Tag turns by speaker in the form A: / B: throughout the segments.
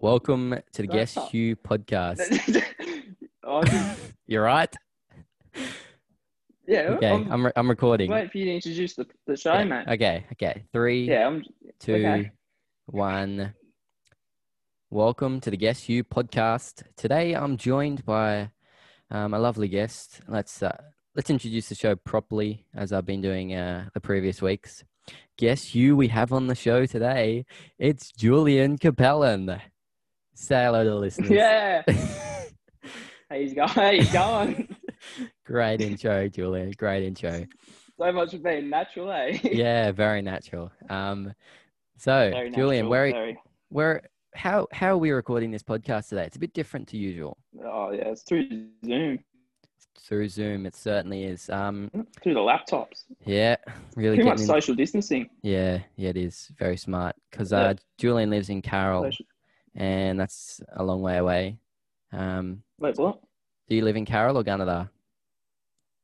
A: Welcome to the
B: Don't
A: Guess
B: stop.
A: Who podcast.
B: Oh, just-
A: You're right.
B: yeah.
A: Okay,
B: I'm,
A: I'm, re- I'm recording.
B: wait for you to introduce the, the show,
A: Yeah,
B: mate.
A: Okay, okay. Three, two, one.
B: Yeah, I'm. okay.
A: Welcome to the Guess Who podcast. Today I'm joined by um, a lovely guest. Let's uh, let's introduce the show properly as I've been doing uh, the previous weeks. Guess who we have on the show today? It's Julian Capellan. Say hello to the listeners.
B: Yeah. How he's going? How you going?
A: Great intro, Julian. Great intro.
B: so much for being natural, eh?
A: Yeah, very natural. Um, so,
B: Very
A: Julian,
B: natural,
A: where
B: very-
A: where how how are we recording this podcast today? It's a bit different to usual
B: Oh yeah, it's through Zoom,
A: through Zoom. It certainly is. Um,
B: through the laptops.
A: yeah, really
B: Too Mm. much
A: getting. In,
B: social distancing.
A: yeah, yeah, it is very smart because
B: Yeah.
A: uh, Julian lives in Carroll,
B: Social-
A: and that's a long way away. Um,
B: Wait, what?
A: do you live in Carroll or Gunnedah?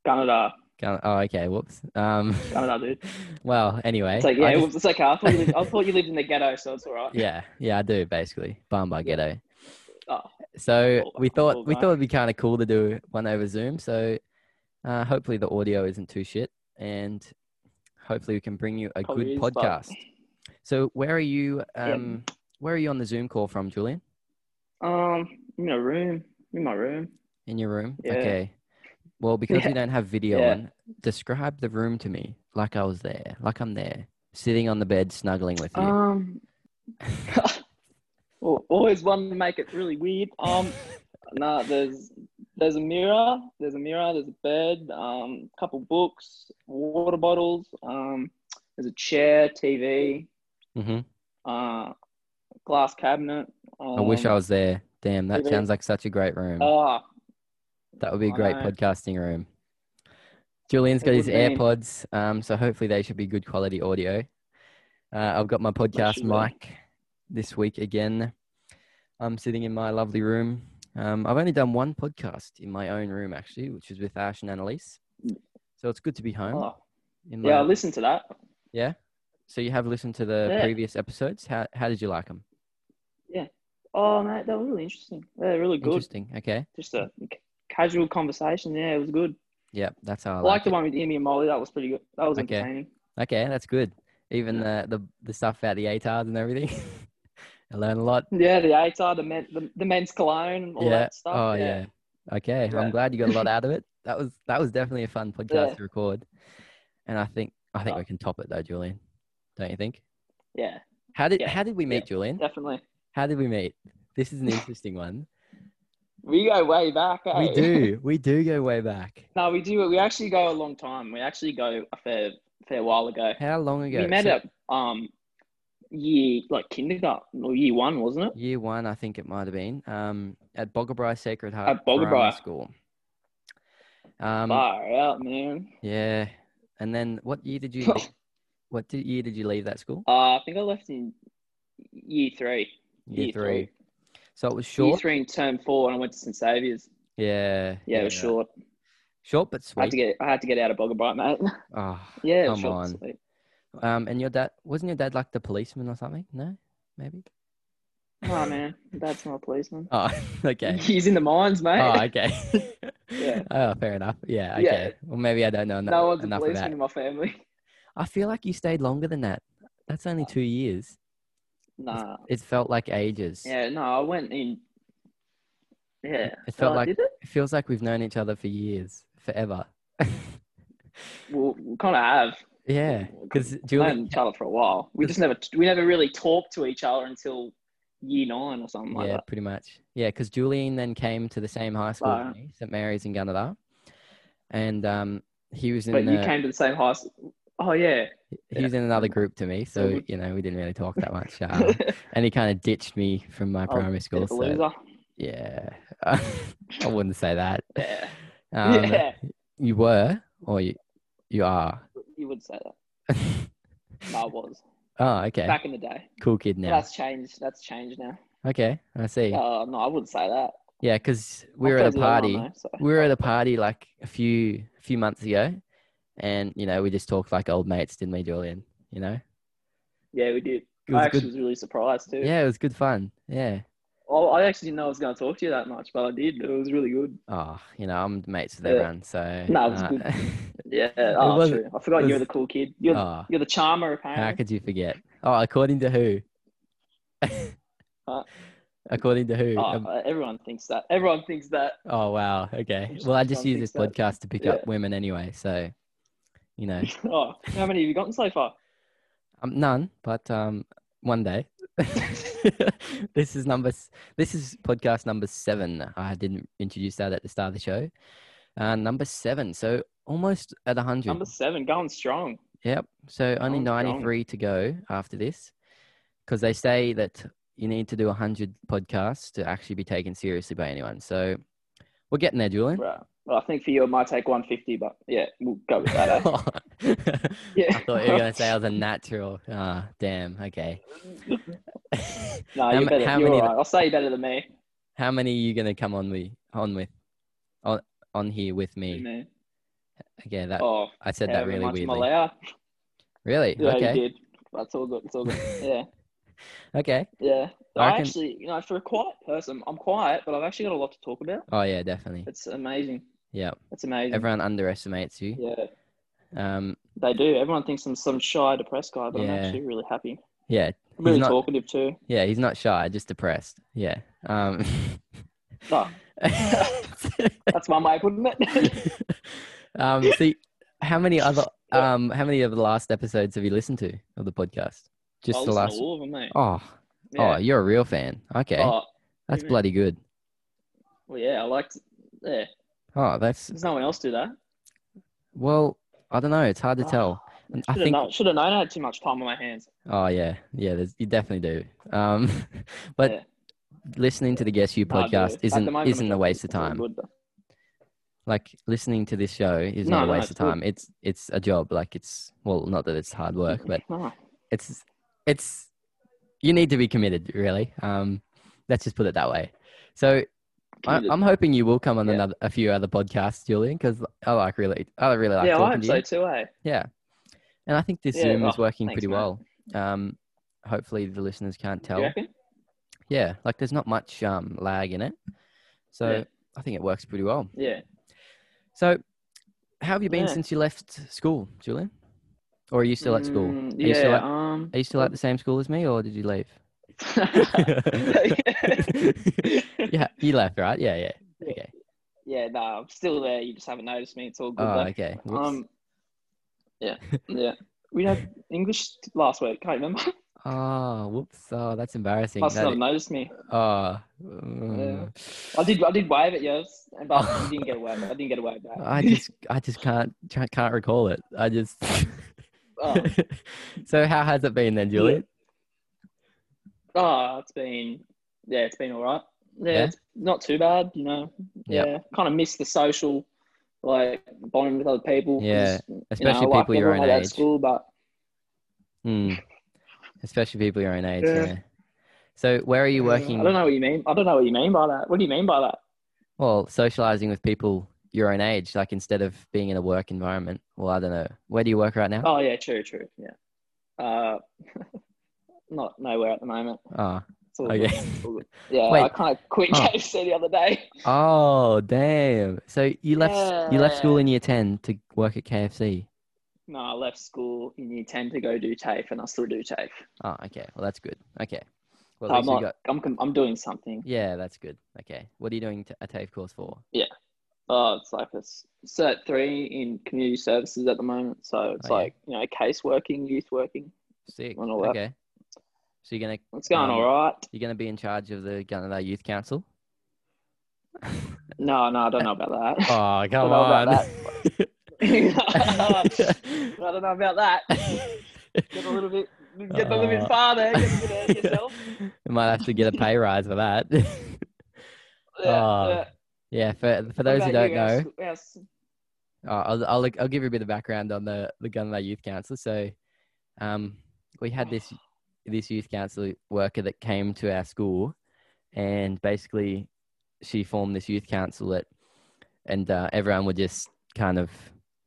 B: Canada,
A: Gun- oh, okay. Whoops. Um,
B: Canada, dude.
A: well, anyway,
B: It's like
A: I
B: yeah,
A: just-
B: it's like I thought you lived, I thought you lived in the ghetto, so it's all right.
A: yeah, yeah, I do basically. Barn by
B: Yeah.
A: ghetto.
B: Oh,
A: So
B: Cool,
A: we
B: cool,
A: thought we
B: nice.
A: thought it'd be kind of cool to do one over Zoom. So uh, hopefully the audio isn't too shit, and hopefully we can bring you a
B: probably
A: good
B: is, but-
A: podcast. So where are you? Um, Where are you on the Zoom call from, Julian?
B: Um, in a room, in my room.
A: In your room?
B: Yeah.
A: Okay. Well, because
B: Yeah.
A: we don't have video
B: Yeah.
A: on, describe the room to me like I was there, like I'm there, sitting on the bed, snuggling with you.
B: Um, well, always wanted to make it really weird. Um, nah, there's there's a mirror, there's a mirror, there's a bed, um, couple books, water bottles, um, there's a chair, TV,
A: hmm
B: uh, glass cabinet. Um,
A: I wish I was there. Damn, that
B: maybe-
A: sounds like such a great room.
B: Oh,
A: That would be a
B: I
A: great
B: know.
A: podcasting room. Julian's got his
B: It would be.
A: AirPods, um, so hopefully they should be good quality audio. Uh, I've got my
B: should
A: podcast
B: be.
A: mic this week again. I'm sitting in my lovely room. Um, I've only done one podcast in my own room actually, which is with Ash and Annalise. So it's good to be home.
B: oh.
A: in my,
B: yeah, I listened to that.
A: so you have listened to the
B: Yeah.
A: previous episodes. How how did you like them?
B: Oh, mate, that was really interesting. Yeah, really good.
A: Interesting. Okay.
B: Just a c- casual conversation. Yeah, it was good.
A: Yeah, that's how I,
B: I
A: like
B: like the one with Amy and Molly. That was pretty good. That was
A: Okay.
B: entertaining.
A: Okay, that's good. Even the, the the stuff about the ATARs and everything. I learned a lot.
B: Yeah, the ATAR, the, men, the, the men's cologne, and all that stuff.
A: Oh yeah. Okay.
B: Yeah.
A: I'm glad you got a lot out of it. That was that was definitely a fun podcast to record. And I think I think
B: Oh.
A: we can top it though, Julian. Don't you think?
B: Yeah,
A: How did
B: Yeah.
A: how did we meet, Julian?
B: definitely.
A: How did we meet? This is an interesting one.
B: We go way back. Eh?
A: We do. We do go way back.
B: no, we do. We actually go a long time. We actually go a fair fair while ago.
A: How long ago?
B: We met
A: So
B: up um year like kindergarten or year one, wasn't it?
A: year one, I think it might have been. Um at Boggabri Sacred Heart
B: At Boggabri.
A: Primary School. Um
B: Far out, man.
A: yeah. And then what year did you leave- what did, year did you leave that school?
B: Uh, I think I left in year three.
A: Year three.
B: year three.
A: So it was
B: Year
A: short.
B: three in term four, and I went to St Saviour's.
A: Yeah.
B: Yeah, it was short.
A: Short but
B: I had to
A: sweet.
B: get I had to get out of Boggart, mate.
A: Oh,
B: yeah, it was
A: Come
B: short.
A: on.
B: and sweet.
A: um, and your dad wasn't your dad like the policeman or something? No, maybe.
B: Oh man, that's not a policeman.
A: Oh, okay.
B: He's in the mines, mate.
A: Oh, okay.
B: Yeah.
A: Oh, fair enough. Yeah. Okay.
B: Yeah.
A: Well, maybe I don't know enough,
B: no one's a
A: enough of
B: policeman
A: that.
B: in my family.
A: I feel like you stayed longer than that. That's only two years.
B: Nah.
A: It felt like ages.
B: Yeah, no, I went in. Yeah.
A: It felt
B: Oh,
A: like-
B: Did it?
A: It feels like we've known each other for years, forever.
B: Well, we kind of have.
A: yeah. Because Julian,
B: Known each other for a while. We just never we never really talked to each other until year nine or something like
A: yeah,
B: that.
A: pretty much. Yeah, because Julian then came to the same high school, as
B: Wow.
A: me, St Mary's in Gunnedah, and um, he was in.
B: But you
A: the-
B: came to the same high school. Oh yeah.
A: he
B: Yeah.
A: was in another group to me, so
B: we-
A: you know we didn't really talk that much. Uh, and he kind of ditched me from my
B: Oh,
A: primary
B: Bit
A: school.
B: of a
A: So,
B: loser.
A: yeah, I wouldn't say that.
B: Yeah.
A: Um,
B: yeah.
A: You were, or you, you are.
B: You would say that. No, I was
A: oh, okay.
B: back in the day.
A: cool kid
B: But
A: now.
B: That's changed. That's changed now.
A: Okay, I see. Yeah, 'cause
B: Uh, no, I wouldn't say that.
A: yeah, because
B: I'm
A: we were at
B: friends
A: a
B: with everyone,
A: party.
B: though, so.
A: we were at a party like a few a few months ago, and you know we just talked like old mates, didn't we, Julian? You know,
B: Yeah, we did.
A: it
B: I
A: was
B: actually
A: good.
B: was really surprised too.
A: Yeah, it was good fun. Yeah,
B: Oh, I actually didn't know I was going to talk to you that much, but I did. It was really good.
A: Oh, you know, I'm mates with
B: Yeah.
A: everyone, so
B: No, it was
A: uh,
B: good. Yeah. Oh,
A: was-
B: true. I
A: it
B: forgot you
A: was-
B: were the cool kid. You're,
A: oh,
B: you're the charmer,
A: how
B: apparently.
A: could you forget? Oh, according to who? according to who?
B: Oh,
A: Um,
B: uh, everyone thinks that. Everyone thinks that.
A: oh wow. Okay.
B: just
A: Well, I just
B: trying
A: use
B: to
A: this
B: fix
A: podcast to pick
B: Yeah.
A: up women anyway, so you know,
B: Oh, how many have you gotten so far?
A: um, none, but um, one day. this is number. s- This is podcast number seven. I didn't introduce that at the start of the show. Uh, number seven. So almost at a hundred.
B: Number seven, going strong.
A: Yep. So only
B: Sounds strong.
A: 93 to go after this because they say that you need to do 100 podcasts to actually be taken seriously by anyone. So we're getting there, Julian.
B: Right. Well, I think for you it might take 150, but yeah, we'll go with that. eh?
A: I
B: Yeah.
A: thought you were going to say I was a natural. Ah, damn. Okay.
B: no,
A: How
B: you're
A: ma-
B: better.
A: how
B: you're
A: many-
B: all right. I'll say you're better than me.
A: How many are you going to come on with? On with? On, on here with me?
B: Me.
A: Okay, that
B: Oh,
A: I said that
B: however
A: really
B: much I'm
A: weirdly.
B: allowed.
A: Really?
B: Yeah, you
A: okay.
B: did. That's all good. It's all good. Yeah,
A: Okay.
B: yeah.
A: I
B: I,
A: reckon-
B: actually, you know, for a quiet person, I'm quiet, but I've actually got a lot to talk about.
A: Oh yeah, definitely.
B: It's amazing.
A: Yeah.
B: It's amazing.
A: Everyone underestimates you.
B: Yeah,
A: Um.
B: they do. Everyone thinks I'm some shy, depressed guy, but
A: Yeah.
B: I'm actually really happy.
A: Yeah. He's
B: Really
A: not-
B: talkative too.
A: Yeah, he's not shy, just depressed. Yeah. Um,
B: Oh, that's one way of putting it.
A: um, so, how many other um, how many of the last episodes have you listened to of the podcast? Just the
B: I listen
A: last.
B: to all of them, mate.
A: Oh, oh,
B: Yeah.
A: you're a real fan. Okay,
B: Oh,
A: that's
B: yeah.
A: bloody good.
B: well, yeah, I liked. Yeah,
A: Oh, that's
B: there's no one else do that.
A: well. I don't know. It's hard to
B: Oh,
A: tell. And I
B: Should
A: think.
B: have known, known I had too much time on my hands.
A: Oh yeah, yeah. There's, you definitely do. Um, but
B: Yeah.
A: listening to the Guess You
B: No, I do.
A: podcast
B: Ah, At the
A: isn't
B: moment, I'm
A: isn't a
B: enjoying
A: waste of
B: it. It's all
A: time.
B: good, though.
A: like listening to this show is
B: No,
A: not a
B: no,
A: waste of
B: it's good.
A: time. It's it's a job. Like it's well, not that it's hard work, but
B: No.
A: it's it's you need to be committed, really. Um, let's just put it that way. So I,
B: Committed.
A: I'm hoping you will come on
B: Yeah.
A: another a few other podcasts, Julian, because I like really I really like
B: yeah, I
A: talking
B: hope
A: to
B: so
A: you.
B: too, eh?
A: Yeah, and I think this
B: Yeah,
A: Zoom
B: oh,
A: is working
B: thanks,
A: pretty
B: mate.
A: well. Um, hopefully the listeners can't
B: Do
A: tell.
B: you reckon?
A: Yeah, like there's not much um lag in it, so
B: Yeah.
A: I think it works pretty well.
B: Yeah.
A: So, how have you been
B: Yeah.
A: since you left school, Julian? Or are you still at school?
B: Mm,
A: Are you
B: yeah.
A: still at-
B: um.
A: Are you still at the same school as me, or did you leave? yeah, you left, right? Yeah, yeah.
B: Yeah.
A: Okay.
B: yeah, no, I'm still there. You just haven't noticed me. It's all good.
A: Oh,
B: though.
A: okay. Whoops.
B: um. Yeah. Yeah. We had English last week. Can't remember.
A: oh, whoops. Oh, that's embarrassing.
B: Must not
A: That
B: have noticed me.
A: i- oh, mm.
B: I did. I did wave at yours, but I didn't get a wave. I didn't get a wave back.
A: I just, I just can't, can't can't recall it. I just.
B: Oh,
A: so how has it been then, Julian?
B: oh, it's been. Yeah, it's been all right. Yeah,
A: Yeah?
B: It's not too bad. You know.
A: Yep.
B: Yeah. Kind of miss the social, like bonding with other people. 'cause,
A: Yeah,
B: you
A: Especially
B: know, I liked
A: people your own
B: everyone I had At
A: age.
B: school, but
A: Mm. Especially people your own age.
B: Yeah.
A: yeah. So where are you working?
B: I don't know what you mean. I don't know what you mean by that. What do you mean by that?
A: Well, socializing with people your own age, like instead of being in a work environment. Well, I don't know. Where do you work right now?
B: Oh yeah, true, true. Yeah. Uh, not nowhere at the moment.
A: Oh,
B: It's all
A: Okay.
B: good. It's all good. Yeah,
A: Wait.
B: I kind of quit
A: Oh.
B: KFC the other day.
A: oh damn. So you left you left school
B: Yeah.
A: in year 10 to work at KFC.
B: No, I left school in year ten to go do TAFE, and I still do TAFE.
A: Oh, okay. Well, that's good. Okay. Well, at
B: I'm
A: least you
B: not.
A: got
B: I'm, com- I'm doing something.
A: Yeah, that's good. Okay. What are you doing t- a TAFE course for?
B: Oh, it's like a s- cert three in community services at the moment. So it's
A: Oh, yeah.
B: like you know, case working, youth working.
A: Sick.
B: Well, all that.
A: Okay. So you're going to
B: It's going
A: Um,
B: all right.
A: you're going to be in charge of the Gunnedah Youth Council?
B: No, no, I don't know about that.
A: Oh, come
B: know about
A: on.
B: I don't know about that. Get a little bit, get a little
A: Uh.
B: bit farther. Get a bit ahead of yourself.
A: you might have to get a pay rise for that.
B: Yeah,
A: Oh,
B: yeah.
A: yeah, for for
B: What
A: those who
B: about
A: don't
B: you?
A: know,
B: How's- how's-
A: uh, I'll, I'll I'll give you a bit of background on the the Gunnedah Youth Council. So, um, we had this this youth council worker that came to our school, and basically, she formed this youth council that, and uh, everyone would just kind of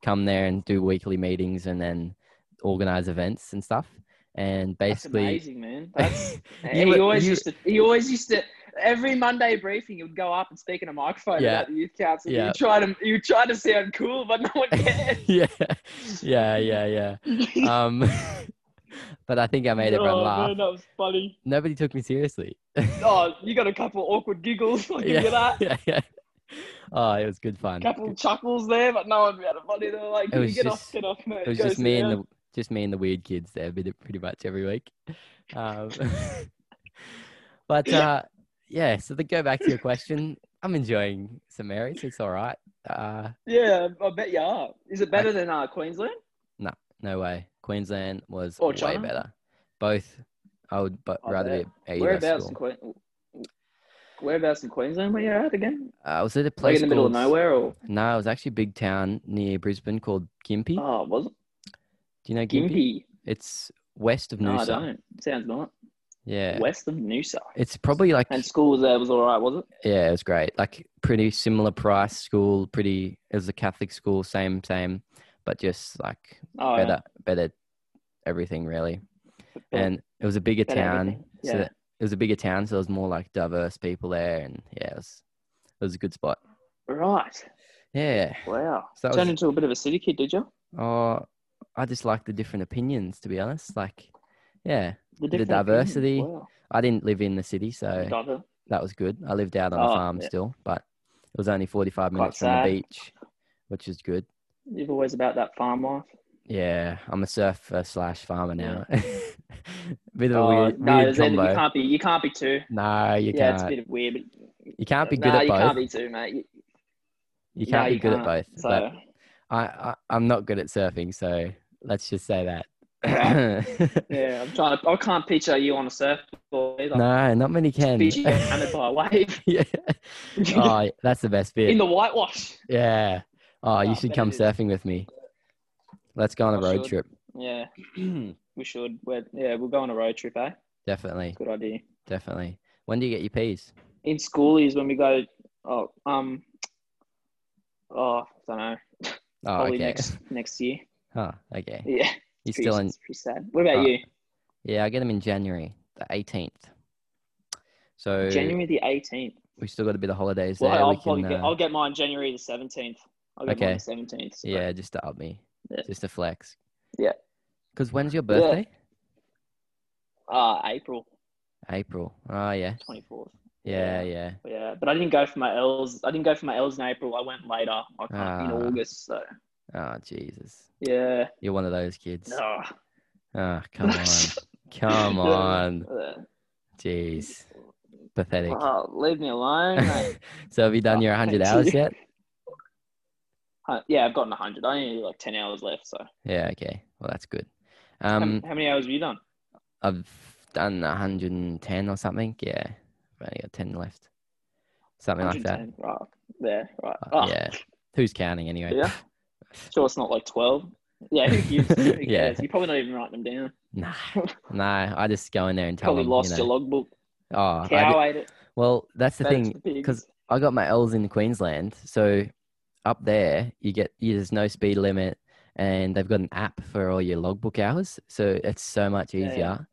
A: come there and do weekly meetings and then organize events and stuff. And
B: That's
A: basically,
B: amazing, man. That's
A: You
B: he
A: were-
B: always
A: you-
B: used to. He always used to. every Monday briefing, you'd go up and speak in a microphone
A: Yeah.
B: about the youth council.
A: Yeah.
B: You try to you try to sound cool, but no one cares.
A: yeah, yeah, yeah, yeah. Um, but I think I made everyone
B: oh,
A: laugh.
B: Man, that was funny.
A: Nobody took me seriously.
B: Oh, you got a couple awkward giggles. I can
A: yeah,
B: hear that.
A: yeah, yeah. Oh, it was good fun.
B: A couple chuckles there, but no one had a funny. They're like,
A: It was
B: you get
A: just-
B: off, get off, mate.
A: it was
B: Go
A: just
B: sit
A: me
B: down."
A: and the just me and the weird kids there, bit pretty much every week. Um, but uh, yeah, so to go back to your question, I'm enjoying St Mary's. It's all right. Uh,
B: Yeah, I bet you are. Is it better than uh, Queensland?
A: no way. Queensland was
B: Or
A: way
B: China?
A: better. Both. I would but
B: I
A: rather
B: bet.
A: be at either
B: Whereabouts in,
A: school.
B: que- whereabouts in Queensland were you at again?
A: Uh, I was at a
B: Like
A: place
B: in the middle of
A: called-
B: nowhere or?
A: No, it was actually a big town near Brisbane called Gympie.
B: Oh, it wasn't
A: Do you know Gympie?
B: Gimpy.
A: It's west of
B: No, I
A: Noosa.
B: don't. Sounds not.
A: Yeah.
B: West of Noosa.
A: It's probably like
B: And school was there was all right, was it?
A: yeah, it was great. Like pretty similar price school, pretty it was a Catholic school, same same, but just like
B: Oh, yeah.
A: better better everything really.
B: Better-
A: And it was a bigger
B: better
A: town.
B: everything.
A: So
B: Yeah.
A: that- it was a bigger town, so there was more like diverse people there and yeah, it was it was a good spot.
B: Right.
A: Yeah.
B: Wow.
A: So that
B: Turned
A: was-
B: into a bit of a city kid, did you?
A: Oh I just like the different opinions to be honest. Like yeah.
B: different opinions.
A: diversity.
B: Wow.
A: I didn't live in the city, so
B: Diver-
A: that was good. I lived out on a
B: Oh,
A: farm
B: yeah.
A: still, but it was only 45 minutes from
B: sad.
A: the beach, which is good.
B: You've always about that farm life.
A: Yeah, I'm a surfer slash farmer now. bit of a
B: Oh,
A: weird,
B: no,
A: weird
B: there's any- you
A: combo.
B: can't be. You can't be two.
A: No, you
B: yeah, it's a
A: can't.
B: bit weird. But
A: You can't be
B: no,
A: good at
B: you
A: both.
B: can't be two, mate. You-
A: you
B: no,
A: can't be
B: you
A: good at
B: can't.
A: both.
B: So
A: But I, I, I'm not good at surfing, so let's just say that.
B: yeah, I'm trying. To, I can't picture you on a surfboard either.
A: no, not many can.
B: Fish you get hammered by a wave
A: yeah. Oh, that's the best bit.
B: in the whitewash.
A: yeah. Oh,
B: Oh,
A: you
B: I
A: should
B: bet
A: come
B: it is.
A: surfing with me. Let's go on a
B: I
A: road
B: should.
A: trip.
B: Yeah, we should. We're, yeah, we'll go on a road trip, eh?
A: Definitely,
B: Good idea.
A: definitely. When do you get your peas?
B: In schoolies, when we go, oh, um, oh, I don't know.
A: Oh,
B: Probably
A: okay.
B: next next year.
A: Oh, okay.
B: Yeah,
A: You're
B: pretty,
A: still in.
B: it's pretty sad. What about
A: Oh,
B: you?
A: Yeah, I get them in January, the 18th. So
B: January the eighteenth.
A: we still got a bit of holidays
B: Well,
A: there.
B: I'll
A: we
B: probably
A: can,
B: get,
A: uh,
B: I'll get mine January the seventeenth. I'll get
A: Okay.
B: mine the seventeenth.
A: yeah, just to up me,
B: Yeah.
A: just to flex.
B: Yeah.
A: Because when's your
B: Yeah.
A: birthday?
B: Uh, April
A: April. Oh yeah,
B: twenty fourth.
A: yeah,
B: Yeah.
A: yeah.
B: Yeah, but I didn't go for my L's. I didn't go for my L's in April. I went later, like in
A: Ah.
B: August. So
A: Oh Jesus,
B: yeah,
A: you're one of those kids.
B: no.
A: Oh come on, come on,
B: Uh,
A: jeez, pathetic.
B: oh, leave me alone. mate.
A: so have you done
B: Oh,
A: your 100
B: thank
A: hours
B: you.
A: yet?
B: Uh, yeah, I've gotten hundred. I only need like ten hours left. So
A: Yeah. Okay. Well, that's good.
B: How-
A: Um,
B: how, many hours have you done?
A: I've done 110 or something. Yeah, I've only got 10 left. Something like that.
B: 110. Right there. Right.
A: Uh,
B: Oh, yeah.
A: Yeah. Who's counting anyway?
B: Sure, it's not like twelve. Yeah. Who gives? Who cares?
A: Yeah.
B: You're probably not even writing them down.
A: Nah, nah. I just go in there and tell
B: probably
A: them.
B: lost
A: you know.
B: your logbook.
A: Oh, I
B: Cow
A: did-
B: ate it.
A: well, that's the
B: fed it to
A: thing.
B: the pigs.
A: 'cause- I got my L's in Queensland, so up there you get you, there's no speed limit, and they've got an app for all your logbook hours, so it's so much
B: Yeah.
A: easier.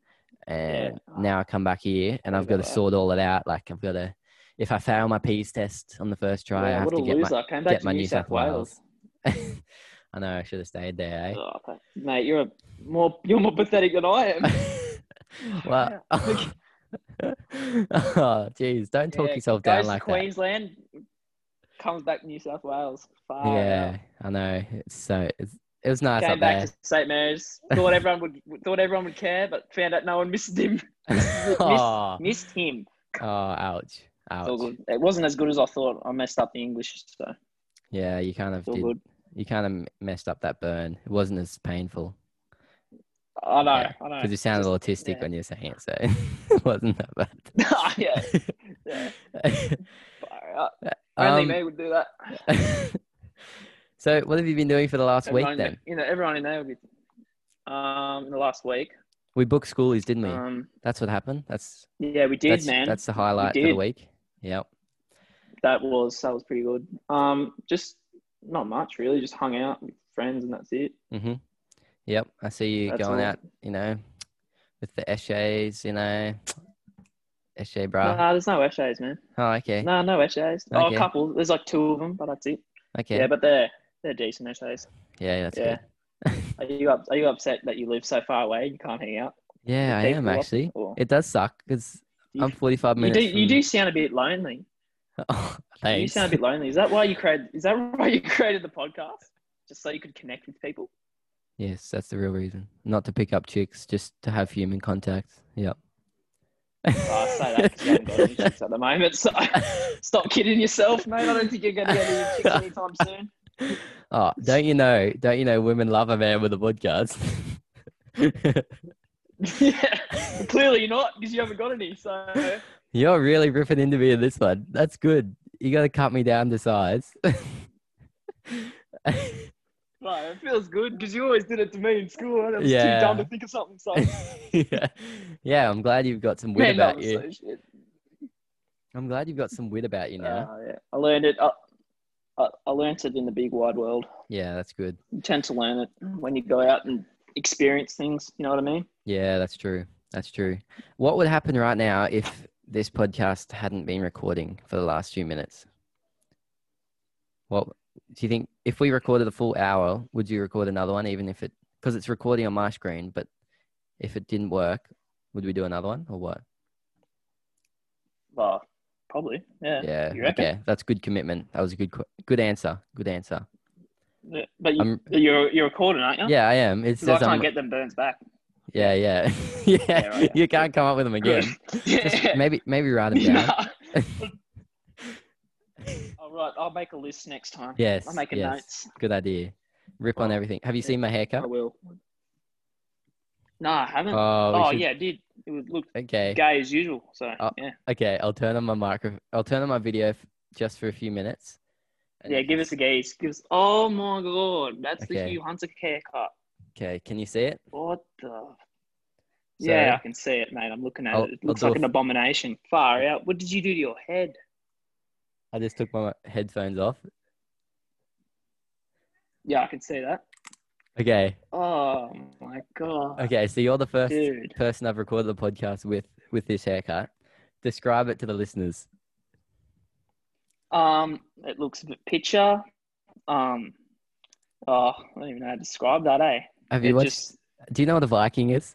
A: And
B: Oh.
A: now I come back here, and
B: Sorry
A: I've got to
B: about that.
A: sort all it out. Like I've got to, if I fail my P's test on the first try, I
B: Yeah,
A: have
B: what a
A: to get
B: loser!
A: my.
B: I Came back
A: get
B: to
A: my
B: New, South, Wales.
A: I know I should have stayed there. Eh?
B: Oh, okay. mate, you're a more you're more pathetic than I am.
A: well, oh, jeez, don't talk
B: Yeah,
A: yourself
B: goes
A: down
B: to
A: like that.
B: Queensland, comes back to New South Wales. Far out.
A: Yeah, I know. It's so it's, it was nice
B: Came
A: up
B: back
A: there.
B: to St Mary's. Thought everyone would thought everyone would care, but found out no one missed him.
A: oh,
B: Missed him.
A: oh, ouch,
B: It's all
A: ouch.
B: good. It wasn't as good as I thought. I messed up the English, so it's
A: Yeah, you kind of
B: all
A: did,
B: good.
A: you kind of messed up that burn. It wasn't as painful
B: I know.
A: Yeah,
B: I know.
A: because you sounded autistic
B: yeah.
A: when you were saying it, so it wasn't that bad.
B: yeah. yeah. Far out. Only
A: Um,
B: me would do that.
A: so, what have you been doing for the last week
B: Everyone in the-
A: then?
B: You know, everyone in there would be. Um, in the last week.
A: We booked schoolies, didn't we?
B: Um,
A: that's what happened. That's
B: yeah, we did,
A: that's,
B: man.
A: that's the highlight of the
B: did.
A: week. Yep.
B: that was that was pretty good. Um, just not much really. Just hung out with friends and that's it.
A: hmm Yep. I see you
B: That's
A: going
B: all.
A: out, you know, with the essays, you know, Eshe, bra.
B: Nah, there's no essays, man.
A: Oh, okay.
B: No, no essays. Oh,
A: Okay.
B: a couple. There's like two of them, but that's it.
A: Okay.
B: Yeah, but they're they're decent essays.
A: yeah, that's
B: yeah.
A: good.
B: Are you up, Are you upset that you live so far away? You can't hang out.
A: Yeah, I
B: Take
A: am
B: you up,
A: actually.
B: or-
A: It does suck because
B: You-
A: I'm 45
B: You
A: minutes.
B: do. You do sound a bit lonely.
A: from- Oh, thanks.
B: You sound a bit lonely. Is that why you created? Is that why you created the podcast? Just so you could connect with people.
A: Yes, that's the real reason. Not to pick up chicks, just to have human contact. Yep.
B: Oh, I say that 'cause you haven't got any chicks at the moment. So stop kidding yourself, mate. I don't think you're going to get any chicks anytime soon.
A: oh, don't you know? Don't you know? Women love a man with a podcast.
B: yeah, clearly not because you haven't got any. So
A: You're really ripping into me in this one. That's good. You got to cut me down to size.
B: no, it feels good because you always did it to me in school. and I was
A: Yeah.
B: too dumb to think of something. So
A: yeah. yeah, I'm glad you've got some wit
B: Man, that
A: about
B: was
A: you.
B: so shit.
A: I'm glad you've got some wit about you now.
B: Uh, yeah. I learned it. I, I, I learned it in the big wide world.
A: yeah, that's good.
B: You tend to learn it when you go out and experience things. You know what I mean?
A: Yeah, that's true. That's true. What would happen right now if this podcast hadn't been recording for the last few minutes? What do you think? If we recorded a full hour, would you record another one, even if it because it's recording on my screen? But if it didn't work, would we do another one or what?
B: Well, probably. Yeah.
A: Yeah.
B: you reckon?
A: Okay, that's good commitment. That was a good que- good answer. Good answer.
B: Yeah, But you,
A: I'm,
B: you're you're recording, aren't you?
A: yeah, I am. It
B: 'Cause I
A: says
B: can't
A: I'm.
B: get them burns back.
A: yeah, yeah, yeah.
B: right, yeah.
A: You can't come up with them again. Just
B: yeah.
A: maybe maybe write them down.
B: All right, I'll make a list next time.
A: Yes.
B: I'm making
A: yes.
B: notes.
A: Good idea. Rip on
B: Well,
A: everything. Have you
B: yeah.
A: seen my haircut?
B: I will. No, I haven't. Oh,
A: Oh, we should-
B: yeah, it did. It would look
A: Okay.
B: gay as usual. So
A: Oh,
B: yeah,
A: Okay. I'll turn on my micro. I'll turn on my video f- just for a few minutes. and-
B: yeah. Give us a gaze. Give us. Oh my god, that's
A: Okay.
B: the Hugh Hunter haircut.
A: Okay. Can you see it?
B: What the? yeah, I
A: So-
B: can see it, mate. I'm looking at
A: I'll-
B: it. It
A: I'll
B: looks
A: do a
B: like an
A: f-
B: abomination. Far out. What did you do to your head?
A: I just took my headphones off.
B: Yeah, I can see that.
A: Okay.
B: Oh my god,
A: Okay. So you're the first
B: dude.
A: person I've recorded the podcast with with this haircut. Describe it to the listeners.
B: Um, it looks a bit picture. Um, oh, I don't even know how to describe that, eh?
A: Have
B: It
A: you watched?
B: just
A: Do you know what a Viking is?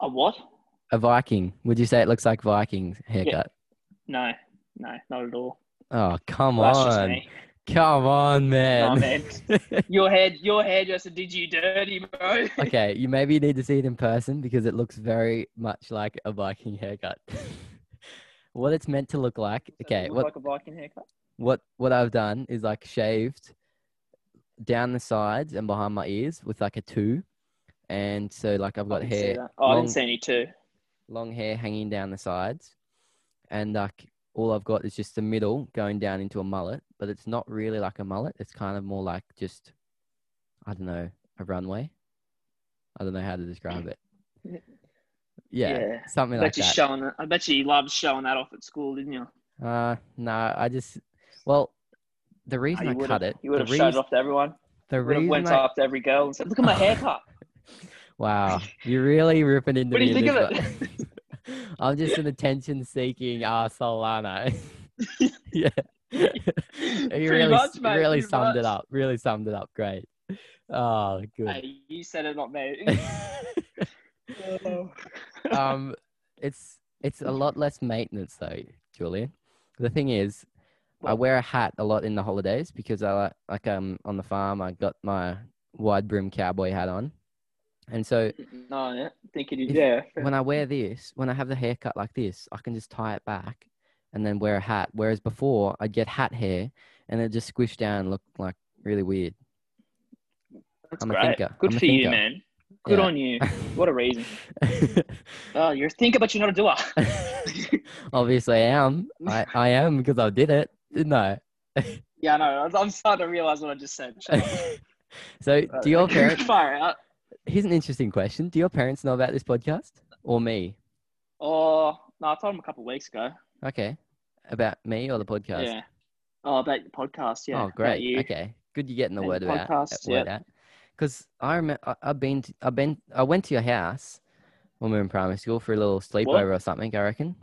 B: a what?
A: A Viking. Would you say it looks like Viking's haircut?
B: No, no, not at all.
A: Oh, come
B: That's just
A: on.
B: me.
A: Come on,
B: No,
A: man.
B: man. Your head, your head just did you dirty, bro.
A: okay, you maybe need to see it in person because it looks very much like a Viking haircut. what it's meant to look like, okay,
B: Look
A: what,
B: like a Viking haircut.
A: what what I've done is like shaved down the sides and behind my ears with like a two, and so like I've
B: I
A: got
B: can see
A: hair,
B: that. Oh, I
A: long-
B: didn't see any too.
A: long hair hanging down the sides, and like all I've got is just the middle going down into a mullet, but it's not really like a mullet. It's kind of more like just, I don't know, a runway. I don't know how to describe it.
B: Yeah.
A: Yeah, something
B: I
A: like
B: bet you
A: that.
B: showing that. I bet you loved showing that off at school, didn't you?
A: uh, no, I just well, the
B: Oh,
A: reason
B: you
A: I
B: would've-
A: cut it, the
B: You would have showed it
A: reason,
B: off to everyone.
A: the
B: Would have
A: reason,
B: went
A: I,
B: up to every girl and said, "Look at my haircut."
A: wow, you're really ripping into
B: What do
A: me.
B: you
A: in
B: think of
A: this one. I'm just an attention-seeking asshole, aren't I? yeah. you
B: Pretty
A: really,
B: much,
A: you
B: mate,
A: really
B: pretty
A: summed it
B: much.
A: up. Really summed it up. Great. Oh, good.
B: Hey, you said it, not me. Oh.
A: um, it's it's a lot less maintenance though, Julian. The thing is, I
B: What?
A: wear a hat a lot in the holidays because I like like um on the farm I got my wide brim cowboy hat on, and so
B: No, yeah, thinking you
A: If-
B: yeah.
A: when I wear this, when I have the haircut like this, I can just tie it back and then wear a hat. Whereas before, I'd get hat hair and it just squished down and looked like really weird.
B: That's
A: I'm a
B: great.
A: thinker.
B: Good
A: I'm a
B: for you,
A: thinker.
B: man. Good
A: Yeah.
B: on you. What a reason. Oh, you're a thinker, but you're not a doer.
A: Obviously, I am. I, I am because I did it, didn't I?
B: yeah, I know. I'm- I'm starting to realize what I just said. Shut up.
A: so,
B: Uh,
A: do your parents?
B: Far out.
A: Here's an interesting question. Do your parents know about this podcast or me?
B: Oh, no, I told him a couple of weeks ago.
A: Okay, about me or the podcast?
B: Yeah. Oh, about the podcast. Yeah.
A: oh,
B: about
A: great.
B: you.
A: Okay, good. You're getting the
B: And
A: word
B: the
A: about
B: podcast,
A: Because I remember I've been, I've been, I went to your house, when we were in primary school for a little sleepover or something, I reckon.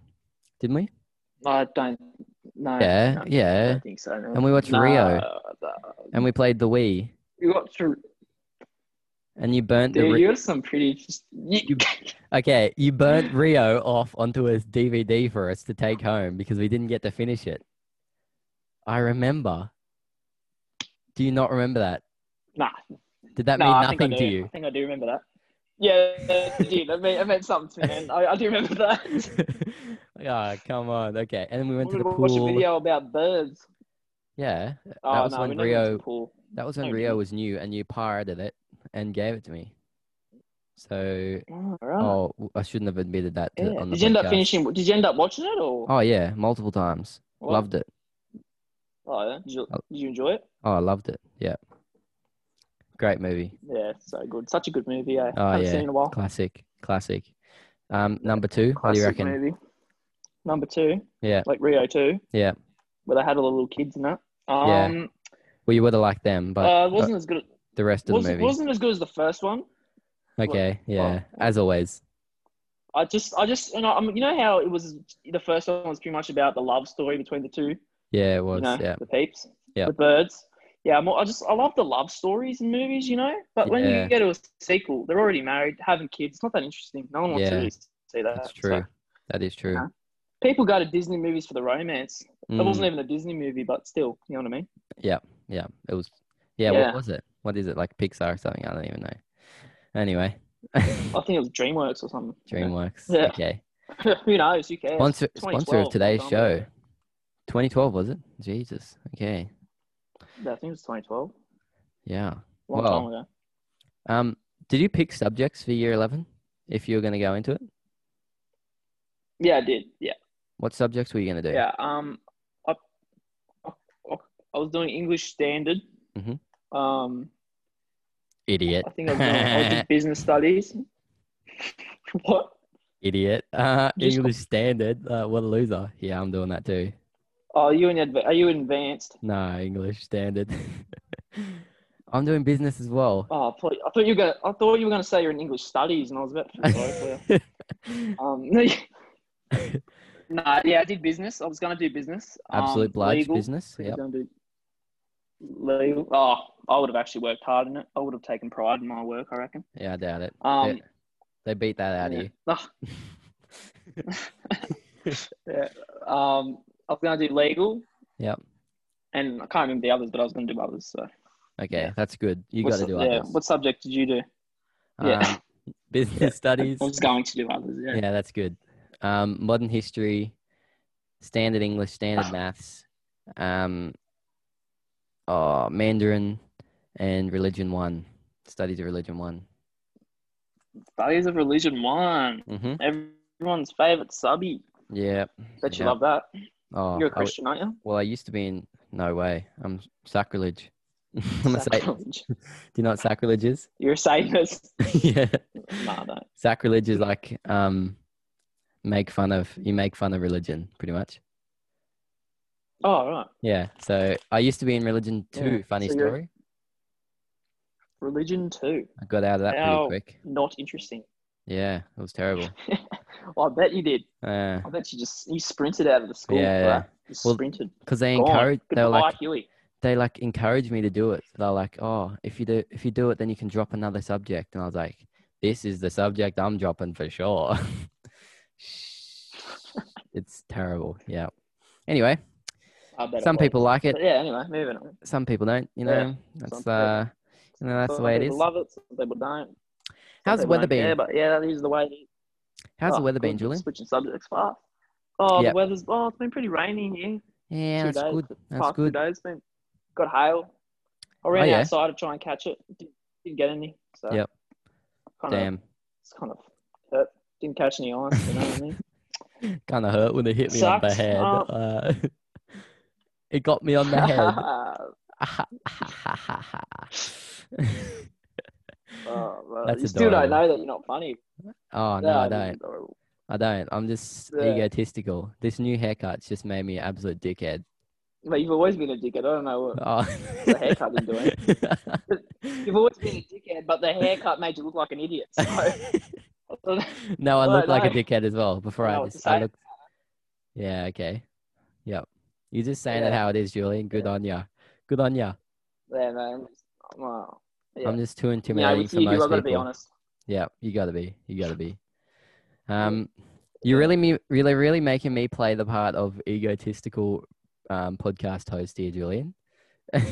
A: Didn't we?
B: I don't. No.
A: Yeah,
B: no, I
A: yeah.
B: don't think so. no.
A: And we watched
B: Nah,
A: Rio
B: nah.
A: and we played the Wii
B: You watched. Rio.
A: and you burnt the
B: Dude,
A: Ri-
B: you have some pretty. You,
A: Okay, you burnt Rio off onto a DVD for us to take home because we didn't get to finish it. I remember. Do you not remember that?
B: nah.
A: Did that
B: no,
A: mean
B: I think I
A: nothing to
B: do.
A: you?
B: I think I do remember that. Yeah, it did. It meant, it meant something, man. I, I do remember that.
A: Ah, come on. Okay. And then we went to
B: we
A: the
B: watched a
A: pool.
B: video about birds.
A: Yeah. That
B: Oh,
A: was
B: no,
A: when
B: we never went to
A: Rio-
B: the pool.
A: That was when
B: Oh,
A: Rio
B: really?
A: was new and you pirated it and gave it to me. So,
B: Oh, right.
A: oh, w- I shouldn't have admitted that to,
B: yeah.
A: on the
B: Did you end up
A: podcast.
B: finishing? Did you end up watching it or?
A: Oh, yeah, multiple times.
B: what?
A: Loved it.
B: Oh, yeah. did, you, did you enjoy it?
A: Oh, I loved it. Yeah. Great movie.
B: Yeah, so good. Such a good movie. I
A: Oh,
B: haven't
A: yeah.
B: seen it in a while.
A: Classic. Classic. Um, number two, what do you
B: Classic
A: reckon?
B: Movie. Number two,
A: Yeah.
B: like Rio two,
A: Yeah.
B: where they had all the little kids in it.
A: Yeah,
B: Um,
A: Well, you would have liked them, but
B: uh,
A: uh,
B: it wasn't as good.
A: the rest of the
B: Wasn't,
A: movie.
B: wasn't as good as the first one.
A: okay. yeah.
B: well-
A: As always.
B: I just, I just, you know, I mean, you know how it was. The first one was pretty much about the love story between the two,
A: Yeah, it was.
B: you know,
A: Yeah.
B: the peeps,
A: Yeah.
B: the birds. Yeah, I'm, I just, I love the love stories in movies, you know. But when
A: Yeah.
B: you get to a sequel, they're already married, having kids. It's not that interesting. No one wants
A: Yeah.
B: to really see that.
A: That's
B: uh, So,
A: true. that is true.
B: know, people go to Disney movies for the romance. It
A: Mm.
B: wasn't even a Disney movie, but still, you know what I mean?
A: Yeah, it was. Yeah,
B: Yeah.
A: what was it? What is it like Pixar or something? I don't even know. Anyway,
B: I think it was DreamWorks or something.
A: DreamWorks.
B: Yeah.
A: Okay.
B: Who knows? Who cares?
A: Sponsor sponsor
B: 2012
A: of
B: or
A: today's
B: something.
A: show. 2012 was it? Jesus. Okay.
B: Yeah, I think it was 2012.
A: Yeah.
B: Long
A: Wow.
B: time ago.
A: Um. Did you pick subjects for year 11? If you were going to go into it,
B: Yeah, I did. Yeah,
A: what subjects were you going to do?
B: yeah. Um, I, I, I was doing English standard.
A: Mhm.
B: Um,
A: Idiot.
B: I think I was doing I did business studies. what?
A: Idiot. Uh,
B: Just-
A: English standard. Uh, what a loser. Yeah, I'm doing that too.
B: Oh, are you in adva- Are you advanced?
A: No, English standard. I'm doing business as well.
B: Oh, I thought, I thought you were gonna. I thought you were gonna say you're in English studies, and I was about to. Sorry for you. Um, no, you- nah, yeah, I did business. I was going to do business. Um,
A: Absolute bludge
B: legal.
A: business.
B: I was
A: Yep.
B: gonna do legal. Oh, I would have actually worked hard in it. I would have taken pride in my work, I reckon.
A: Yeah, I doubt it.
B: Um,
A: They beat that out of
B: yeah.
A: you.
B: Ugh, yeah. Um, I was going to do legal.
A: Yep.
B: And I can't remember the others, but I was going to do others. So
A: Okay,
B: Yeah.
A: that's good. You
B: What
A: got to
B: su-
A: do
B: yeah.
A: others.
B: What subject did you do? yeah.
A: Um, business studies.
B: I was going to do others. Yeah.
A: Yeah, that's good. Um, modern history, standard English, standard
B: Ah.
A: maths, um, oh, Mandarin, and religion one. Studies of religion one.
B: Studies of religion one.
A: Mm-hmm.
B: Everyone's favorite subby.
A: Yeah.
B: Bet you
A: Yeah.
B: love that.
A: Oh,
B: You're a
A: I w-
B: Christian, aren't you?
A: well, I used to be in. No way. I'm sacrilege. I'm a Satan.
B: Sacrilege.
A: Do you know what sacrilege is?
B: You're a Satanist.
A: yeah.
B: nah, no.
A: Sacrilege is like um, make fun of you make fun of religion, pretty much.
B: Oh, right.
A: Yeah. So I used to be in religion too.
B: Yeah,
A: Funny
B: so you're-
A: story.
B: Religion too.
A: I got out of that pretty
B: Ow.
A: quick.
B: Not interesting.
A: Yeah, it was terrible. Uh,
B: Well, I bet you did.
A: Because
B: I bet you just you sprinted out of the school.
A: Yeah,
B: Yeah,
A: yeah.
B: right? you
A: Well,
B: sprinted.
A: they
B: Gone.
A: encouraged, they
B: Goodbye,
A: were like,
B: Huey.
A: they like encouraged me to do it. They're like, oh, if you do, if you do it, then you can drop another subject. And I was like, this is the subject I'm dropping for sure. it's terrible. Yeah. Anyway,
B: I bet it
A: some
B: was.
A: people like it.
B: But yeah. Anyway, moving on.
A: Some people don't. You
B: Yeah,
A: know, that's
B: people-
A: uh, you know, that's the
B: Some
A: way it
B: people
A: is.
B: Love it. Some people don't. Some
A: How's the
B: people
A: weather
B: don't care,
A: been?
B: but yeah, that is the way. It is.
A: How's the
B: Oh,
A: weather been,
B: good,
A: Julian?
B: Switching subjects fast. Oh,
A: Yeah.
B: the weather's. Oh, it's been pretty rainy here.
A: Yeah,
B: two
A: that's
B: days,
A: good. That's
B: past
A: good. Oh,
B: two days, it's been got hail. I ran
A: yeah.
B: outside to try and catch it. Didn't, didn't get any. So
A: Yep.
B: Kind
A: Damn,
B: It's kind of hurt. Didn't catch any ice. You know what I mean?
A: kind of hurt when it hit me on the
B: Sucks.
A: head.
B: Oh.
A: Uh, it got me on the head.
B: Oh, well,
A: That's
B: you still don't
A: adorable.
B: know that you're not funny.
A: oh no, I
B: That is
A: don't.
B: adorable.
A: I don't. I'm just
B: Yeah.
A: egotistical. This new haircut's just made me an absolute dickhead.
B: But you've always been a dickhead. I don't know what.
A: Oh.
B: The haircut didn't do You've always been a dickhead, but the haircut made you look like an idiot. So I don't
A: No, I
B: Well,
A: looked like a
B: Oh, no.
A: dickhead as well before
B: No,
A: I
B: it's
A: just
B: the
A: I
B: same.
A: looked. Yeah. Okay. Yep. You're just saying it
B: Yeah.
A: how it is, Julian. Good
B: Yeah.
A: on ya. Good on ya.
B: yeah, man. Wow. Yeah.
A: I'm just too
B: yeah,
A: intimidating
B: with
A: for
B: you,
A: most
B: I've got
A: people.
B: to be honest.
A: Yeah, you gotta be. You gotta be. Um, you're really me, really, really making me play the part of egotistical um, podcast host here, Julian.
B: And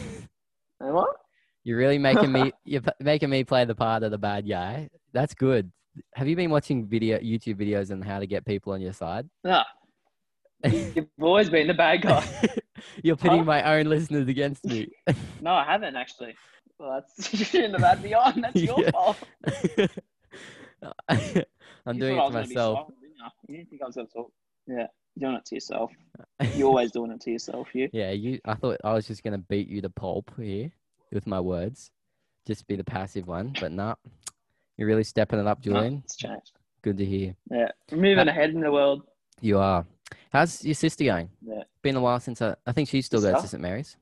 B: what?
A: you're really making me. You're p- making me play the part of the bad guy. That's good. Have you been watching video YouTube videos on how to get people on your side?
B: No, you've always been the bad guy.
A: you're pitting
B: Huh?
A: my own listeners against me.
B: No, I haven't actually. Well, that's you're in the bad beyond. That's your
A: Yeah.
B: fault.
A: I'm doing it to myself.
B: You didn't think I was gonna talk. Yeah, you're doing it to yourself. You're always doing it to yourself. You.
A: Yeah, you. I thought I was just gonna beat you to pulp here with my words, just be the passive one. But nah, you're really stepping it up,
B: No,
A: Julian.
B: it's changed.
A: Good to hear.
B: Yeah, we're moving
A: Uh,
B: ahead in the world.
A: You are. How's your sister going?
B: Yeah.
A: Been a while since I. I think she still goes to
B: Sister?
A: St Mary's.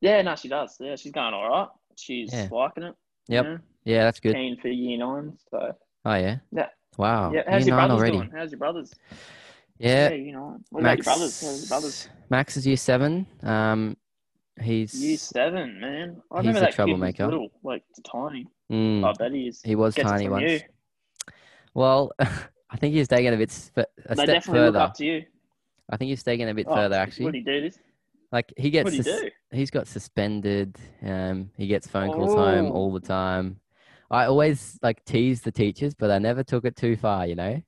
B: Yeah, no, she does. Yeah, she's going all right. She's
A: Yeah.
B: liking it.
A: Yep.
B: You know?
A: Yeah, that's good.
B: Keen for year nine. So
A: Oh yeah.
B: Yeah.
A: Wow.
B: yeah, how's
A: year
B: your
A: nine
B: brothers
A: already.
B: doing? How's your brothers?
A: Yeah.
B: you know. What
A: Max.
B: about your brothers? How's your brothers?
A: Max is year seven. Um, he's.
B: Year seven, man. I
A: He's
B: remember
A: a
B: that kid was
A: troublemaker.
B: little, like tiny.
A: Mm,
B: I bet he is.
A: he was
B: Oh, Gets it
A: tiny
B: from
A: once.
B: you.
A: Well, I think he's taking it a bit s- f- a
B: They
A: step
B: definitely look
A: further.
B: up to you.
A: I think he's taking it a bit
B: Oh,
A: further actually.
B: What do you do? This?
A: Like he gets
B: What do you
A: sus-
B: do?
A: he's got suspended. Um, he gets phone calls home
B: Oh.
A: all the time. I always like tease the teachers, but I never took it too far. You know,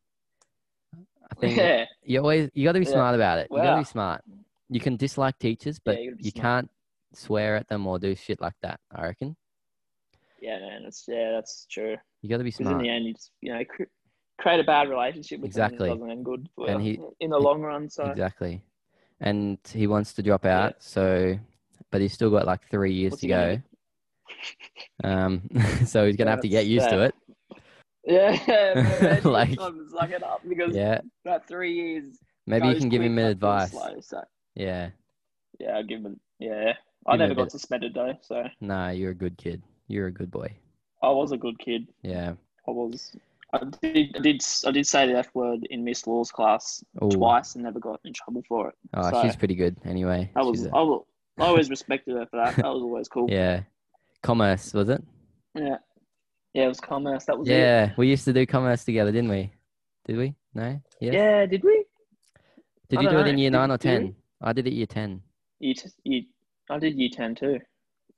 A: I think
B: Yeah.
A: you always you got to be
B: Yeah.
A: smart about it. You got to
B: Wow.
A: be smart. You can dislike teachers, but
B: you
A: you,
B: gotta be smart.
A: can't swear at them or do shit like that. I reckon
B: Yeah, man. That's yeah, that's true.
A: you got to be
B: Because in
A: smart.
B: the end, you just you know cr- create a bad relationship with them and
A: Exactly.
B: it doesn't end good for
A: And
B: you
A: he-
B: in the
A: he-
B: long run. So
A: Exactly. And he wants to drop
B: Yeah.
A: out, so but he's still got like three years
B: What's
A: to
B: he gonna
A: go. Um, so he's gonna have to get
B: That's
A: used to
B: fair.
A: it.
B: yeah,
A: Like-
B: like suck it up because
A: Yeah,
B: that three years.
A: maybe you
B: goes
A: can give
B: quick,
A: him an
B: but feels
A: advice.
B: slow, so,
A: Yeah.
B: yeah, I'll give him. Yeah,
A: Give him
B: I
A: a
B: never
A: bit.
B: got suspended though, so
A: Nah, you're a good kid. You're a good boy.
B: I was a good kid.
A: Yeah.
B: I was. I did, I did, I did say the F word in Miss Law's class
A: Ooh.
B: twice and never got in trouble for it.
A: Oh,
B: so-
A: she's pretty good. Anyway,
B: I was,
A: She's
B: I
A: a-
B: wa- I always respected her for that. That was always cool.
A: yeah. Commerce was it?
B: Yeah. Yeah, it was commerce. That was it.
A: Yeah, we used to do commerce together, didn't we? Did we? No. Yes?
B: Yeah, did we?
A: Did
B: I
A: you do
B: don't
A: it in
B: know.
A: year
B: Did-
A: nine or
B: did we?
A: ten? I did it year ten.
B: Year E t- year, I did year 10 too.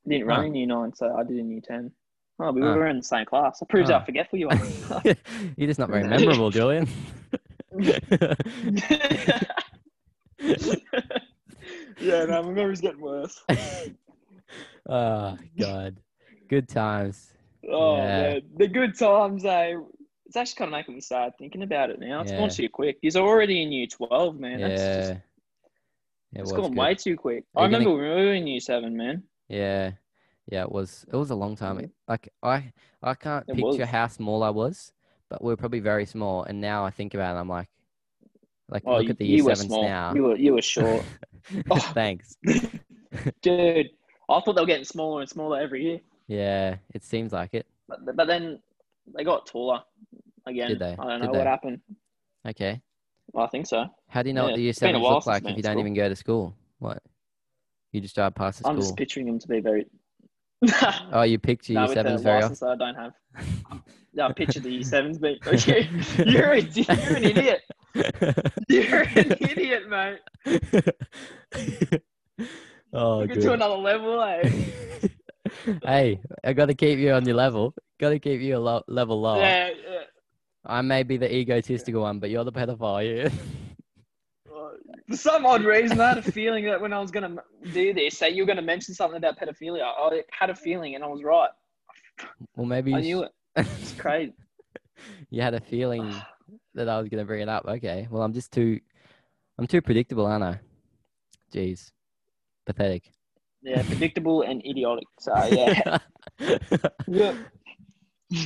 B: I didn't run
A: Oh.
B: in year 9, so I did in year 10. Oh, we
A: Oh.
B: were in the same class. That proves
A: Oh.
B: how forgetful you are.
A: you're just not very memorable, Julian.
B: yeah, no, my memory's getting worse.
A: oh God. Good times.
B: Oh,
A: Yeah.
B: man. The good times, eh? It's actually kind of making me sad thinking about it now. It's
A: Yeah.
B: gone too quick. He's already in year 12, man.
A: yeah.
B: That's just,
A: It
B: it's
A: was
B: gone
A: good.
B: way too quick.
A: Are
B: I
A: you gonna-
B: remember when we were in year 7, man.
A: Yeah, yeah, it was. It was a long time.
B: Yeah.
A: It- Like I, I can't
B: Mm. It
A: picture
B: was.
A: how small I was, but we are probably very small. And now I think about it, I'm like, like
B: Oh,
A: look
B: you,
A: at the
B: you
A: year
B: were
A: sevens
B: small.
A: now.
B: You were you were short, Oh.
A: Thanks.
B: dude. I thought they were getting smaller and smaller every year,
A: Yeah, it seems like it.
B: but, but then they got taller again.
A: Did they?
B: I don't
A: Did
B: know
A: they?
B: what happened.
A: Okay.
B: I think so.
A: How do you know
B: Yeah,
A: what the year
B: it's been a
A: sevens
B: while
A: look
B: since
A: like
B: I've
A: if
B: been
A: you
B: at
A: don't
B: school.
A: even go to school? What? You just drive past the
B: I'm
A: school.
B: just picturing them to be very.
A: Oh, you picture
B: no,
A: year
B: with the
A: sevens very often.
B: license I don't have. Yeah, I picture the year sevens, but okay, you're a, you're an idiot. You're an idiot, mate.
A: oh,
B: Took it
A: good.
B: to another level, eh?
A: hey, I got to keep you on your level. Got to keep you a lo- level lower.
B: Yeah, yeah.
A: I may be the egotistical one, but you're the pedophile.
B: Well, For some odd reason, I had a feeling that when I was going to do this, that you were going to mention something about pedophilia. I had a feeling, and I was right.
A: Yeah. well, maybe
B: I
A: you,
B: knew
A: sh-
B: it. It's crazy.
A: you had a feeling that I was going to bring it up. Okay. Well, I'm just too, I'm too predictable, aren't I? Jeez, pathetic.
B: Yeah, predictable and idiotic. So Uh, yeah, yeah.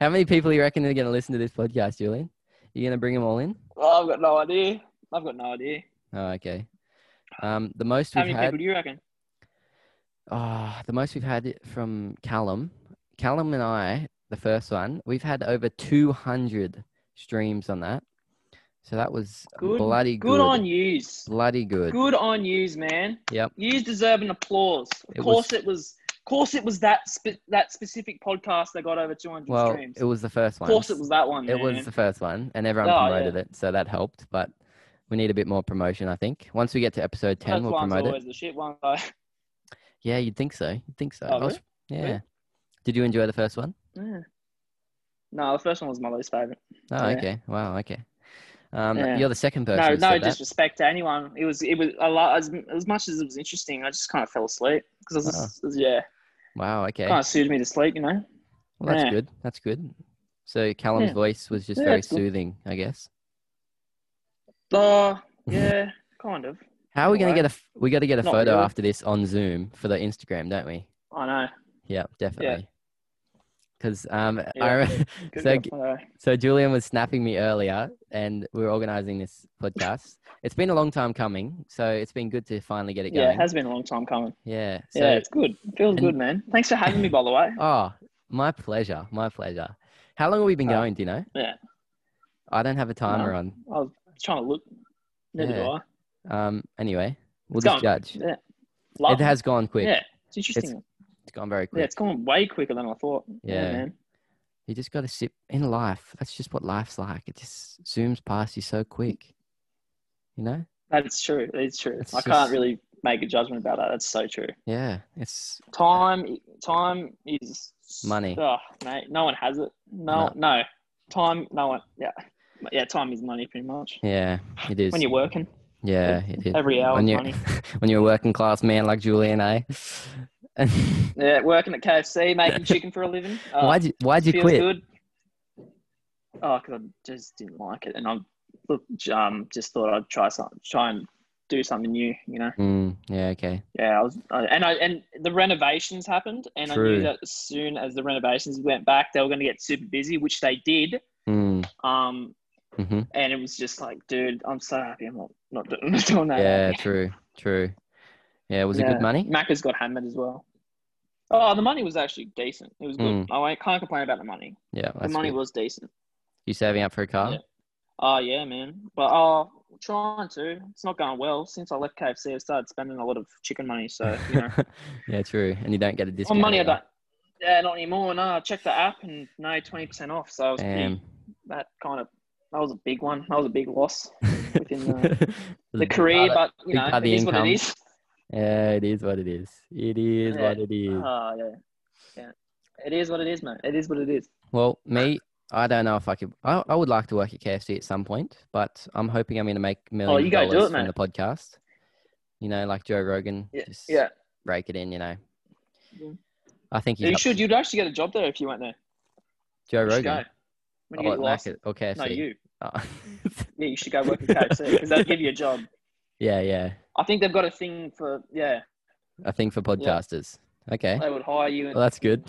A: How many people you reckon are going to listen to this podcast, Julian? You going to bring them all in?
B: Well, I've got no idea. I've got no idea.
A: Oh, okay. Um, the most
B: How
A: we've
B: many
A: had,
B: people do you reckon?
A: Ah, the most we've had from Callum. Callum and I the first one, we've had over 200 streams on that. So that was
B: Good,
A: bloody
B: good, on yous.
A: Bloody good.
B: Good on yous, man.
A: Yep.
B: Yous deserve an applause. Of
A: It
B: course,
A: was-
B: it was. Of course, it was that spe- that specific podcast that got over 200
A: Well,
B: streams.
A: it was the first
B: of
A: one.
B: course, it was that one.
A: It was
B: man.
A: the first one, and everyone
B: Oh, yeah.
A: promoted it, so that helped. But we need a bit more promotion, I think. Once we get to episode ten,
B: First
A: we'll
B: one's
A: promote it.
B: always the shit one. Though.
A: Yeah, you'd think so. You'd think so.
B: Oh,
A: I was- Yeah.
B: Really?
A: Did you enjoy the first one?
B: Yeah. No, the first one was my least favorite.
A: Oh,
B: Yeah.
A: okay. Wow. Okay. Um,
B: Yeah.
A: You're the second person.
B: No,
A: who
B: no
A: said that.
B: disrespect to anyone. It was, it was a lot. As, as much as it was interesting, I just kind of fell asleep because I was, yeah,
A: Wow. Oh. Okay.
B: kind of suited me to sleep, you know.
A: Well, that's
B: yeah.
A: good. That's good. So Callum's
B: Yeah.
A: voice was just
B: Yeah,
A: very
B: it's good.
A: soothing, I guess.
B: Uh, yeah, kind of.
A: How are we
B: In a
A: gonna
B: way.
A: get a? f- We got to get a
B: Not
A: photo
B: really.
A: after this on Zoom for the Instagram, don't we?
B: I know.
A: Yeah, definitely. Because um, I
B: Yeah.
A: re-
B: Good
A: So
B: enough, I know.
A: So Julian was snapping me earlier, and we were organising this podcast. it's been a long time coming, so it's been good to finally get it
B: yeah, it
A: going.
B: has been a long time coming.
A: yeah. So,
B: yeah, it's good. It feels
A: and-
B: good, man. Thanks for having me, by the way.
A: Oh, my pleasure. My pleasure. How long have we been
B: Oh,
A: going? Do you know?
B: yeah.
A: I don't have a timer on.
B: I was trying to look. Neither
A: Yeah.
B: do I.
A: Um. Anyway, we'll
B: It's
A: just
B: gone.
A: judge.
B: Yeah. Love
A: It has gone quick.
B: Yeah, it's interesting.
A: It's gone very
B: yeah,
A: quick.
B: it's gone way quicker than I thought.
A: Yeah.
B: man.
A: You just got to sip in life. That's just what life's like. It just zooms past you so quick. You know?
B: That's true. It's true.
A: It's
B: I
A: just-
B: can't really make a judgment about that. That's so true.
A: Yeah. It's
B: Time, time is
A: Money.
B: Oh, mate, no one has it. No, no, Time, no one. Yeah, yeah. Time is money, pretty much.
A: yeah. It is.
B: When you're working,
A: yeah. It is.
B: every hour
A: when
B: is
A: you
B: money.
A: when you're a working class man like Julian, eh?
B: Uh, Yeah, working at KFC, making chicken for a living. Uh,
A: why'd you Why'd you
B: feels
A: quit?
B: Good. Oh, because I just didn't like it, and I look, um, just thought I'd try some, try and do something new. You know,
A: Mm, yeah. Okay.
B: yeah. I was, I, and I and the renovations happened, and I
A: True.
B: knew that as soon as the renovations went back, they were going to get super busy, which they did.
A: Mm,
B: Um,
A: hmm
B: and it was just like, dude, I'm so happy I'm not not doing, not doing that.
A: Yeah. True. True. Yeah. Was it
B: Yeah.
A: good money?
B: Macca's got hammered as well. Oh, the money was actually decent. It was
A: Mm.
B: good. I won't- can't complain about the money.
A: Yeah.
B: the
A: That's
B: money
A: good.
B: was decent.
A: You saving up for a car?
B: Yeah. Oh yeah, man. But uh trying to. It's not going well. Since I left KFC I've started spending a lot of chicken money, so you know.
A: yeah. True. And you don't get a
B: on
A: discount.
B: money I
A: either.
B: don't yeah, not anymore. No, I checked the app and no twenty percent off. So I was pretty-
A: Damn.
B: that kind of that was a big one. That was a big loss. within
A: the,
B: uh, The career, but you
A: big
B: know,
A: part of
B: it
A: the
B: is what
A: income.
B: it is.
A: Yeah, it is what it is. It is
B: Yeah.
A: what it is.
B: Oh yeah. Yeah. It is what it is, man. It is what it is.
A: Well, me, I don't know if I could. I, I would like to work at KFC at some point, but I'm hoping I'm going to make millions
B: Oh, you
A: of
B: go do
A: dollars
B: it,
A: from the
B: mate.
A: podcast. You know, like Joe Rogan,
B: Yeah.
A: just
B: Yeah.
A: break it in. You know,
B: Yeah.
A: I think he's
B: You
A: up-
B: should you'd actually get a job there if you went there.
A: Joe
B: You should
A: Rogan.
B: go. When you
A: Oh,
B: get
A: at
B: your license.
A: Macca- or KFC.
B: No, you.
A: Oh.
B: Yeah, you should go work at KFC because that'll give you a job.
A: yeah, yeah.
B: I think they've got a thing for yeah.
A: I think for podcasters. Okay,
B: They would hire you
A: Eh?
B: and
A: well that's good.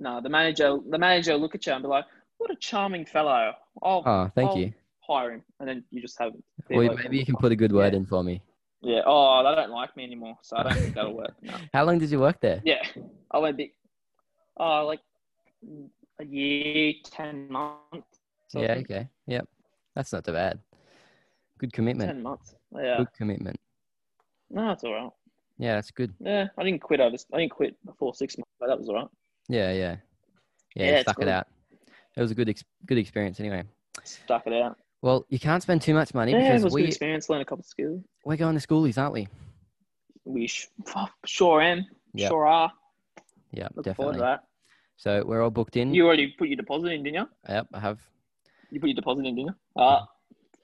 B: no, the manager the manager will look at you and be like, "What a charming fellow! I'll
A: Oh, thank
B: I'll
A: you.
B: hire him," and then you just have. be
A: Well,
B: like,
A: maybe you can put a good word
B: Yeah.
A: in for me.
B: Yeah. Oh, they don't like me anymore, so I don't think that'll work. No.
A: How long did you work there?
B: Yeah, I went big. Oh, like a year, ten months. I
A: Yeah,
B: think.
A: okay. Yep. That's not too bad. Good commitment.
B: ten months. Yeah.
A: Good commitment.
B: No, it's all right.
A: Yeah, that's good.
B: Yeah, I didn't quit over. I didn't quit before six months, but that was all right.
A: Yeah, yeah. Yeah,
B: Yeah,
A: you
B: it's
A: stuck it
B: good.
A: out. It was a good ex- good experience anyway.
B: Stuck it out.
A: Well, you can't spend too much money
B: Yeah, it
A: because
B: was a good
A: we
B: experience. Learned a couple of skills.
A: we're going to schoolies, aren't we?
B: We sh- sure am.
A: Yeah.
B: Sure are.
A: Yeah,
B: Look forward to
A: definitely. Hmm?
B: that.
A: So we're all booked in.
B: You already put your deposit in, didn't you?
A: yep, I have.
B: You put your deposit in, didn't you? Uh, good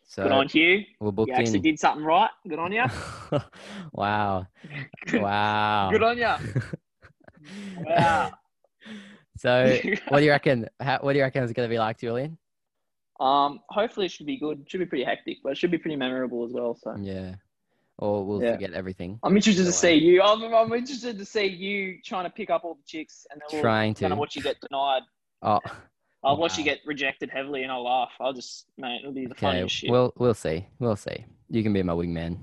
A: So
B: on you.
A: we're
B: You
A: booked
B: actually
A: in.
B: did something right. Good on you.
A: wow.
B: Good-
A: Wow.
B: Good on you. Wow.
A: so what do you reckon? How, what do you reckon it's going to be like, Julian?
B: um, hopefully it should be good. Should be pretty hectic, but it should be pretty memorable as well. So
A: Yeah. Or we'll
B: Yeah.
A: forget everything.
B: I'm interested
A: Either
B: to see you. I'm, I'm interested to see you trying to pick up all the chicks and then we'll,
A: Trying
B: then
A: to.
B: I'll watch you get denied.
A: Oh,
B: I'll watch you
A: Wow.
B: get rejected heavily and I'll laugh. I'll just, mate, it'll be the
A: okay.
B: funniest shit.
A: We'll we'll see. We'll see. You can be my wingman.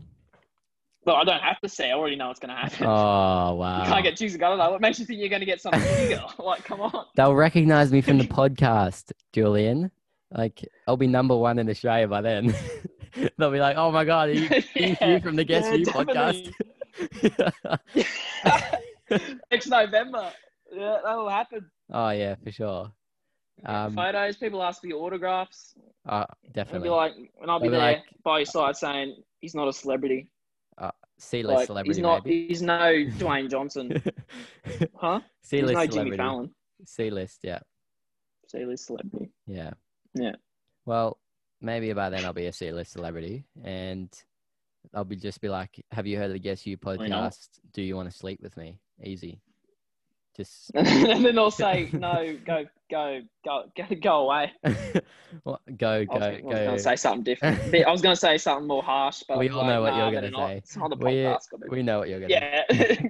B: No, I don't have to say. I already know what's going to happen.
A: Oh
B: you
A: wow!
B: can't get choosing. I don't know. What makes you think you're going to get something bigger? like, come on.
A: They'll recognize me from the podcast, Julian. Like I'll be number one in Australia by then. They'll be like, "Oh my god, are you, you
B: Yeah.
A: from the Guess
B: Yeah,
A: You podcast?"
B: definitely. Next November. Yeah, that will happen.
A: oh yeah, for sure. Um,
B: Photos. People ask for your autographs.
A: uh,
B: It'll be
A: definitely.
B: like, and I'll be
A: They'll be
B: there
A: like-
B: by your side saying he's not a celebrity.
A: C-list
B: Like,
A: celebrity,
B: he's not.
A: maybe.
B: He's no Dwayne Johnson, huh? He's
A: C-list
B: no Jimmy
A: celebrity.
B: Fallon.
A: C-list, yeah,
B: C-list celebrity.
A: yeah,
B: Yeah.
A: Well, maybe by then I'll be a C-list celebrity, and I'll be just be like, "Have you heard of the Guess You
B: know.
A: podcast? Do you want to sleep with me?" Easy, just
B: and then they'll say, no, go, go, go, go, go away.
A: Well, go, go,
B: I was, I was
A: go.
B: gonna say something different. Bit- I was gonna say something more harsh, but
A: We
B: I'm
A: all
B: like,
A: know what
B: nah,
A: you're
B: better
A: gonna
B: not.
A: say.
B: It's not the
A: We-
B: podcast. gotta-
A: We know what you're gonna. do.
B: yeah,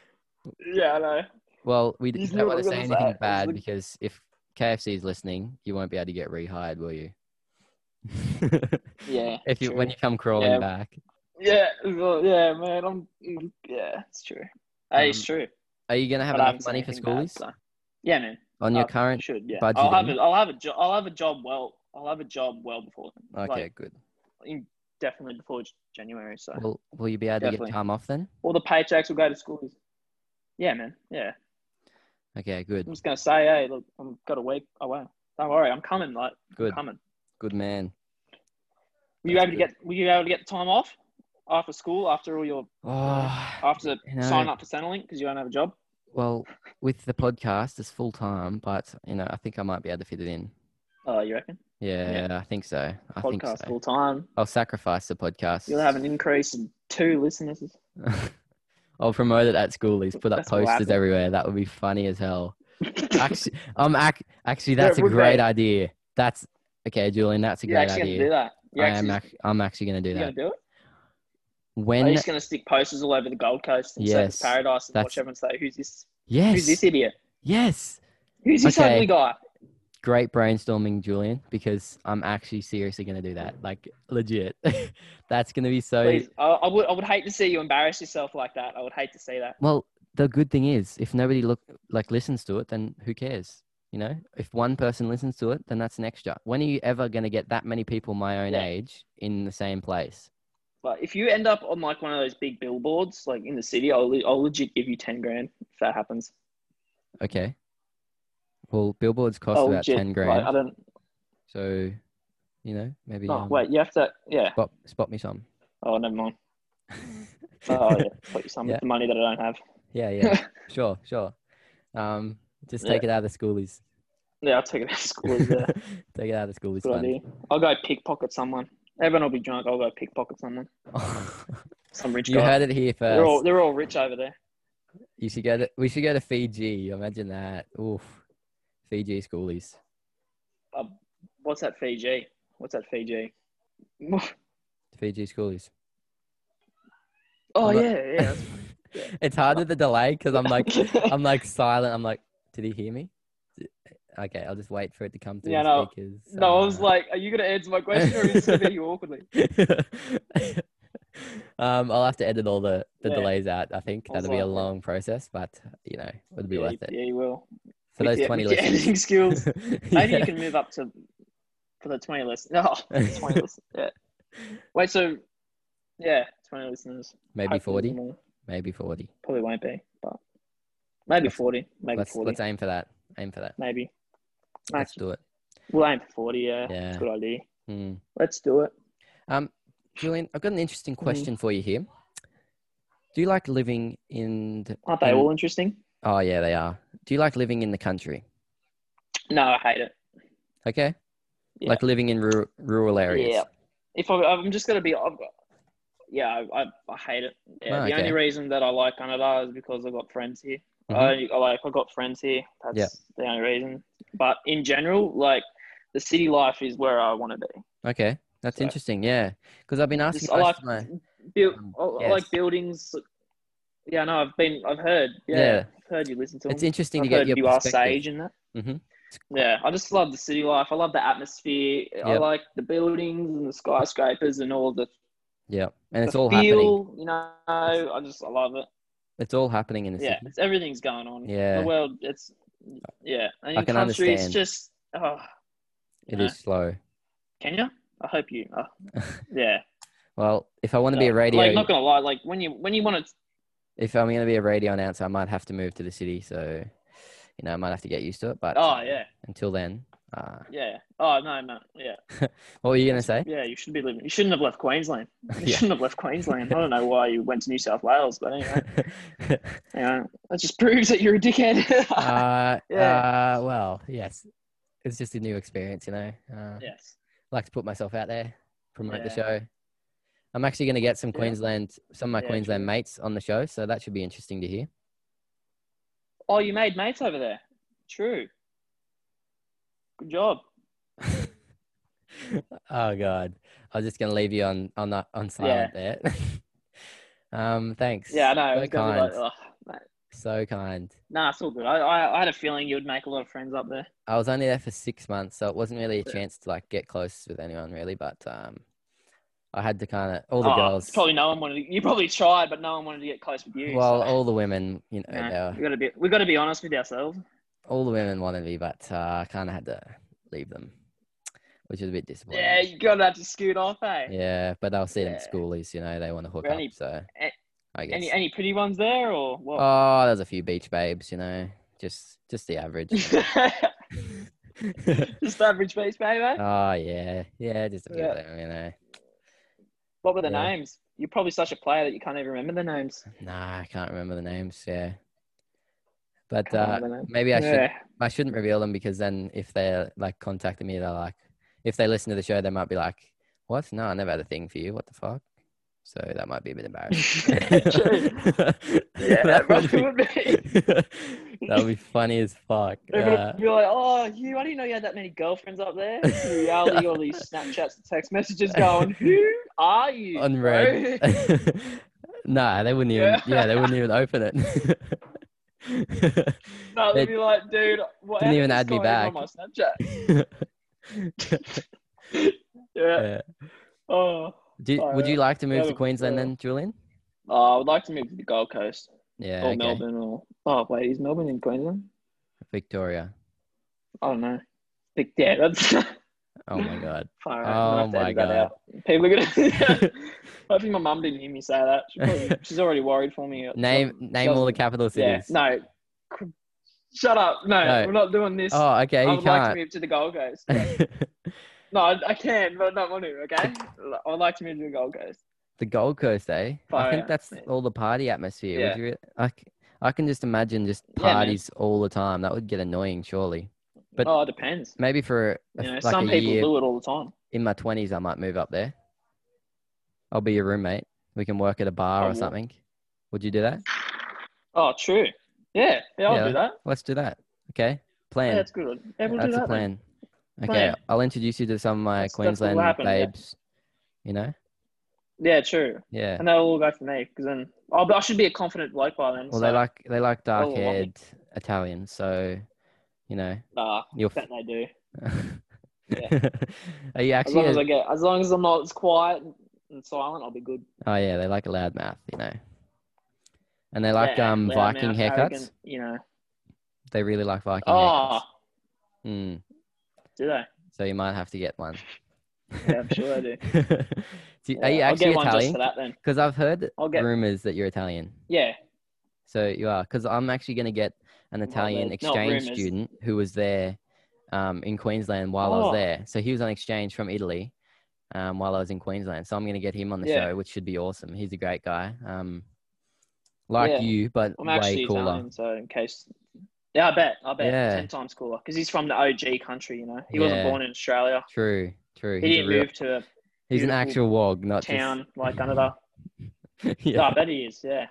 B: yeah, I know.
A: Well, we
B: He's
A: don't want
B: not
A: to say
B: gonna
A: anything
B: say it.
A: bad
B: Look-
A: because if KFC is listening, you won't be able to get rehired, will you?
B: Yeah,
A: if you when
B: true.
A: you come crawling
B: Yeah.
A: back,
B: yeah, well, yeah, man, I'm, mm, yeah, it's true. Hey, it's
A: Um,
B: true.
A: are you gonna have
B: but I haven't
A: enough
B: said
A: money for
B: anything bad,
A: schoolies
B: so- Yeah, man,
A: on your
B: Uh, I
A: current?
B: should. Yeah, I'll have
A: budgeting.
B: it. I'll have a job. I'll have a job. Well, I'll have a job well before. then.
A: Okay,
B: Like,
A: good.
B: in, definitely before J- January. So
A: Will Will you be able to
B: definitely.
A: get time off then?
B: all the paychecks will go to schools. Yeah, man. Yeah.
A: Okay,
B: I'm
A: good,
B: just gonna say, hey, look, I've got a week away. Don't worry, I'm coming. Like,
A: good,
B: coming.
A: good man.
B: Were you
A: That's
B: able to
A: good.
B: get? Were you able to get the time off after school? After all your
A: Oh,
B: after
A: you know-
B: sign up for Centrelink because you don't have a job?
A: well, with the podcast, it's full time, but you know, I think I might be able to fit it in.
B: Oh, you reckon?
A: Yeah, I think so. I think so.
B: Podcast full time.
A: I'll sacrifice the podcast.
B: You'll have an increase in two listeners.
A: I'll promote it at schoolies. Put up
B: That's what
A: posters
B: happened.
A: everywhere. That would be funny as hell. actually, um, ac- actually, that's
B: it
A: a
B: would be.
A: great idea. That's okay, Julian. That's a
B: You're
A: great
B: actually gonna do
A: idea.
B: that. You're
A: I
B: actually
A: am. Ac- I'm actually going to
B: you
A: do
B: gonna
A: that.
B: do it. Are you
A: When?
B: just gonna stick posters all over the Gold Coast and
A: Yes,
B: Surfers Paradise and
A: that's-
B: watch everyone say, "Who's this? Who's this
A: Yes.
B: idiot?
A: Yes.
B: Who's this
A: Okay.
B: ugly guy?"
A: Great brainstorming, Julian. Because I'm actually seriously going to do that. Like legit. that's going to be so.
B: Please, I, I would, I would hate to see you embarrass yourself like that. I would hate to see that.
A: Well, the good thing is, if nobody look like listens to it, then who cares? You know, if one person listens to it, then that's an extra. When are you ever going to get that many people my own
B: Yeah.
A: age in the same place?
B: But if you end up on like one of those big billboards, like in the city, I'll, le- I'll legit give you ten grand if that happens.
A: Okay. Well, billboards cost
B: I'll
A: about
B: legit,
A: ten
B: like,
A: grand,
B: I don't.
A: so you know maybe.
B: No,
A: um,
B: Oh, wait. You have to. Yeah.
A: Spot, spot me some.
B: Oh, never mind. Oh, yeah. Put you some
A: Yeah.
B: with the money that I don't have.
A: yeah, yeah, sure, sure. Um, just
B: Yeah.
A: take it out of the schoolies.
B: Yeah, I'll take it out of school.
A: take
B: Yeah.
A: it out of the schoolies.
B: Good idea. I'll go pickpocket someone. Everyone will be drunk. I'll go pickpocket someone.
A: fund.
B: Some rich
A: you
B: guy.
A: heard it here 1st
B: they're all they're all rich over there.
A: You should go to we should go to Fiji. Imagine that. Oof. Fiji schoolies.
B: Uh, what's that Fiji? What's that Fiji? Oh
A: Fiji schoolies.
B: yeah,
A: Look.
B: yeah.
A: it's hard with the delay because I'm like I'm like silent. I'm like, did he hear me? D- Okay, I'll just wait for it to come through
B: Yeah,
A: the
B: no.
A: speakers. uh,
B: no, I was like, are you gonna answer my question or are you just gonna hit you awkwardly?
A: like Um, I'll have to edit all the, the
B: Yeah.
A: delays out, I think.
B: I was
A: That'll be a
B: like-
A: long process, but you know, it'll be
B: yeah,
A: worth it.
B: Yeah, you will.
A: For
B: With
A: those
B: your-
A: twenty
B: with your
A: listeners.
B: editing skills. Maybe
A: Yeah.
B: you can move up to for the twenty list. No, twenty list. Yeah. Wait. So, yeah, twenty listeners.
A: Maybe
B: Hopefully
A: forty.
B: more.
A: Maybe forty.
B: Probably won't be, but maybe
A: Let's-
B: forty. Maybe
A: Let's
B: 40
A: let's aim for that. Aim for that.
B: maybe.
A: Let's
B: Actually,
A: do it.
B: We'll aim for forty. Yeah.
A: Yeah.
B: That's a good idea.
A: Hmm.
B: Let's do it.
A: Um, Julian, I've got an interesting
B: Hmm.
A: question for you here. Do you like living in? The,
B: Aren't they
A: in-
B: all interesting?
A: Oh yeah, they are. Do you like living in the country?
B: No, I hate it.
A: Okay.
B: Yeah.
A: Like living in rural, rural areas.
B: Yeah. If I, I'm just gonna be, I've got, yeah, I, I, I hate it. Yeah,
A: Oh,
B: the
A: okay.
B: only reason that I like Canada is because I've got friends here.
A: Mhm.
B: I I like I got friends here. That's the only reason. But in general, like the city life is where I want to be.
A: Okay, that's
B: So-
A: interesting. Yeah, because I've been asking
B: Just, I
A: most
B: like
A: of my-
B: build,
A: Um,
B: I, I
A: yes.
B: like buildings. Yeah, no, I've been, I've heard. Yeah,
A: Yeah.
B: I've heard you listen to them.
A: It's interesting
B: I've
A: to get
B: heard
A: your
B: you are
A: perspective.
B: sage and that.
A: Mhm.
B: Yeah, I just love the city life. I love the atmosphere. I
A: Yep.
B: like the buildings and the skyscrapers and all the
A: Yeah. And it's
B: The
A: all
B: feel,
A: happening.
B: You know, I just I love it.
A: It's all happening in the
B: Yeah,
A: city.
B: it's, everything's going on.
A: Yeah.
B: the world. It's yeah. And in
A: I can
B: country,
A: understand.
B: It's just oh,
A: It
B: Yeah.
A: is slow.
B: Kenya. I hope you. Uh, yeah.
A: Well, if I want to be a
B: No,
A: radio,
B: Like not gonna lie, like when you when you want to
A: if I'm going to be a radio announcer, I might have to move to the city. So, you know, I might have to get used to it. But
B: Oh
A: uh,
B: yeah,
A: until then, uh,
B: yeah. Oh no, no, yeah.
A: what were you going to say?
B: Yeah, you should be living. You shouldn't have left Queensland. You
A: Yeah.
B: shouldn't have left Queensland. I don't know why you went to New South Wales, but anyway, you know, that just proves that you're a dickhead.
A: uh,
B: Yeah.
A: uh, well, yes, it's just a new experience, you know. Uh,
B: yes.
A: like to put myself out there, promote the
B: Yeah.
A: show. I'm actually going to get some
B: Yeah.
A: Queensland, some of my
B: Yeah,
A: Queensland
B: true.
A: mates on the show, so that should be interesting to hear.
B: Oh, you made mates over there. True. Good job.
A: oh God, I was just going to leave you on on that on silent there. um, thanks.
B: Yeah, I know.
A: So
B: it was gonna be
A: kind.
B: like, ugh, mate.
A: So kind.
B: Nah, it's all good. I, I, I had a feeling you would make a lot of friends up there.
A: I was only there for six months, so it wasn't really a
B: Yeah.
A: chance to like get close with anyone really. But um, I had to kind of all the
B: Oh,
A: girls.
B: Probably no one wanted. To, you probably tried, but no one wanted to get close with you.
A: well,
B: so,
A: all the women, you know,
B: you know,
A: they were-
B: we gotta be we gotta be honest with ourselves.
A: all the women wanted me, but uh, I kind of had to leave them, which was a bit disappointing.
B: Yeah, you gotta have to scoot off, eh?
A: Yeah, but I'll see them
B: Yeah.
A: schoolies, you know, they want to hook
B: Any-
A: up, so
B: a-
A: I guess.
B: Any any pretty ones there or what?
A: oh, there's a few beach babes, you know, just just the average.
B: Just average beach, baby.
A: oh yeah, yeah, just a few
B: Yeah.
A: of them, you know.
B: what were the
A: yeah.
B: names? You're probably such a player that you can't even remember the names.
A: Nah, I can't remember the names. Yeah, but
B: Can't
A: uh,
B: remember the names.
A: maybe I should
B: yeah.
A: I shouldn't reveal them because then if they're like contacting me, they're like, if they listen to the show, they might be like, "What? No, I never had a thing for you. What the fuck?" So that might be a bit embarrassing.
B: True. Yeah,
A: that would
B: probably
A: be,
B: would be.
A: that would be funny as fuck.
B: Everyone
A: Uh,
B: would be like, oh, you, I didn't know you had that many girlfriends up there. In reality, all these Snapchats and text messages going, who are you?
A: Unread.
B: bro?"
A: Uh, nah, they wouldn't even.
B: Yeah.
A: Yeah. they wouldn't even open it.
B: No, they'd
A: They-
B: be like, dude, what
A: Didn't even
B: happened to
A: add me
B: Sky
A: back.
B: on my Snapchat? Yeah.
A: Yeah.
B: Oh.
A: Do,
B: Sorry,
A: would you like to move to
B: that'll-
A: Queensland
B: yeah.
A: then, Julian?
B: oh, I would like to move to the Gold Coast
A: Yeah,
B: or
A: okay.
B: Melbourne or. Oh, wait, is Melbourne in Queensland?
A: Victoria.
B: I don't know. Big yeah, that's
A: Oh my god.
B: far
A: Oh
B: out. I'm gonna have
A: my
B: to edit that out. People are gonna. Hopefully, my mum didn't hear me say that. She probably, she's already worried for me.
A: Name name all the capital
B: Yeah,
A: cities.
B: no. Shut up! No,
A: No.
B: we're not doing this.
A: Oh, okay,
B: I
A: you
B: would like to
A: can't.
B: move to the Gold Coast. Yeah. no, I, I can, but I don't want to. Okay, I would like to move to the Gold Coast.
A: the Gold Coast, eh? I
B: Far
A: think
B: out,
A: that's
B: man.
A: all the party atmosphere.
B: Yeah.
A: Would you? re- I, c- I can just imagine just
B: Yeah, man.
A: parties all the time. That would get annoying, surely. But-
B: oh, it depends.
A: Maybe for a-
B: You know,
A: like
B: some
A: a
B: people
A: year
B: do it all the time.
A: in my twenties, I might move up there. I'll be your roommate. We can work at a bar
B: I
A: or
B: would.
A: something. Would you do that?
B: Oh, true. Yeah, yeah, I'll
A: Yeah.
B: do that.
A: Let's do that. Okay.
B: Yeah,
A: Plan.
B: that's good. Yeah, we'll do
A: That's
B: that
A: a
B: then.
A: plan. Okay,
B: Plan.
A: I'll introduce you to some of my
B: That's- that's what will
A: Queensland
B: happen, yeah.
A: babes. You know,
B: Yeah, true.
A: yeah.
B: And they'll all go for me because then oh, but I should be a confident bloke by then.
A: Well,
B: so,
A: they like they like
B: want
A: dark
B: me.
A: haired Italians, so you know
B: Nah,
A: you'll.
B: bet they do.
A: Are you
B: As
A: actually?
B: long as
A: a-
B: I get, as long as I'm not as quiet and silent, I'll be good.
A: oh yeah, they like a loud mouth, you know. And they like
B: Yeah,
A: um
B: loud
A: Viking
B: mouth,
A: haircuts.
B: arrogant, you know.
A: They really like Viking
B: Oh,
A: haircuts. Mm,
B: do they?
A: so you might have to get one.
B: Yeah, I'm sure I do.
A: Do you- Are you
B: Yeah, I'll
A: actually
B: get one just for
A: Italian?
B: that then.
A: Because I've heard
B: I'll get
A: rumors that you're Italian.
B: yeah.
A: So you are, because I'm actually going to get an
B: Well,
A: Italian
B: there's not
A: exchange
B: rumours.
A: student who was there um, in Queensland while I
B: Oh.
A: was there. So he was on exchange from Italy um, while I was in Queensland. So I'm going to get him on the
B: Yeah.
A: show, which should be awesome. He's a great guy, um, like
B: Yeah.
A: you, but
B: I'm
A: way
B: actually
A: cooler.
B: Italian, so in case. Yeah, I bet. I bet.
A: Yeah.
B: Ten times cooler because he's from the OG country. You know, he wasn't
A: Yeah.
B: born in Australia.
A: True, true.
B: He
A: He's, a
B: didn't
A: real,
B: move to a
A: he's an
B: beautiful
A: actual wog, not
B: town like another.
A: just.
B: Yeah.
A: yeah,
B: I bet he is. Yeah,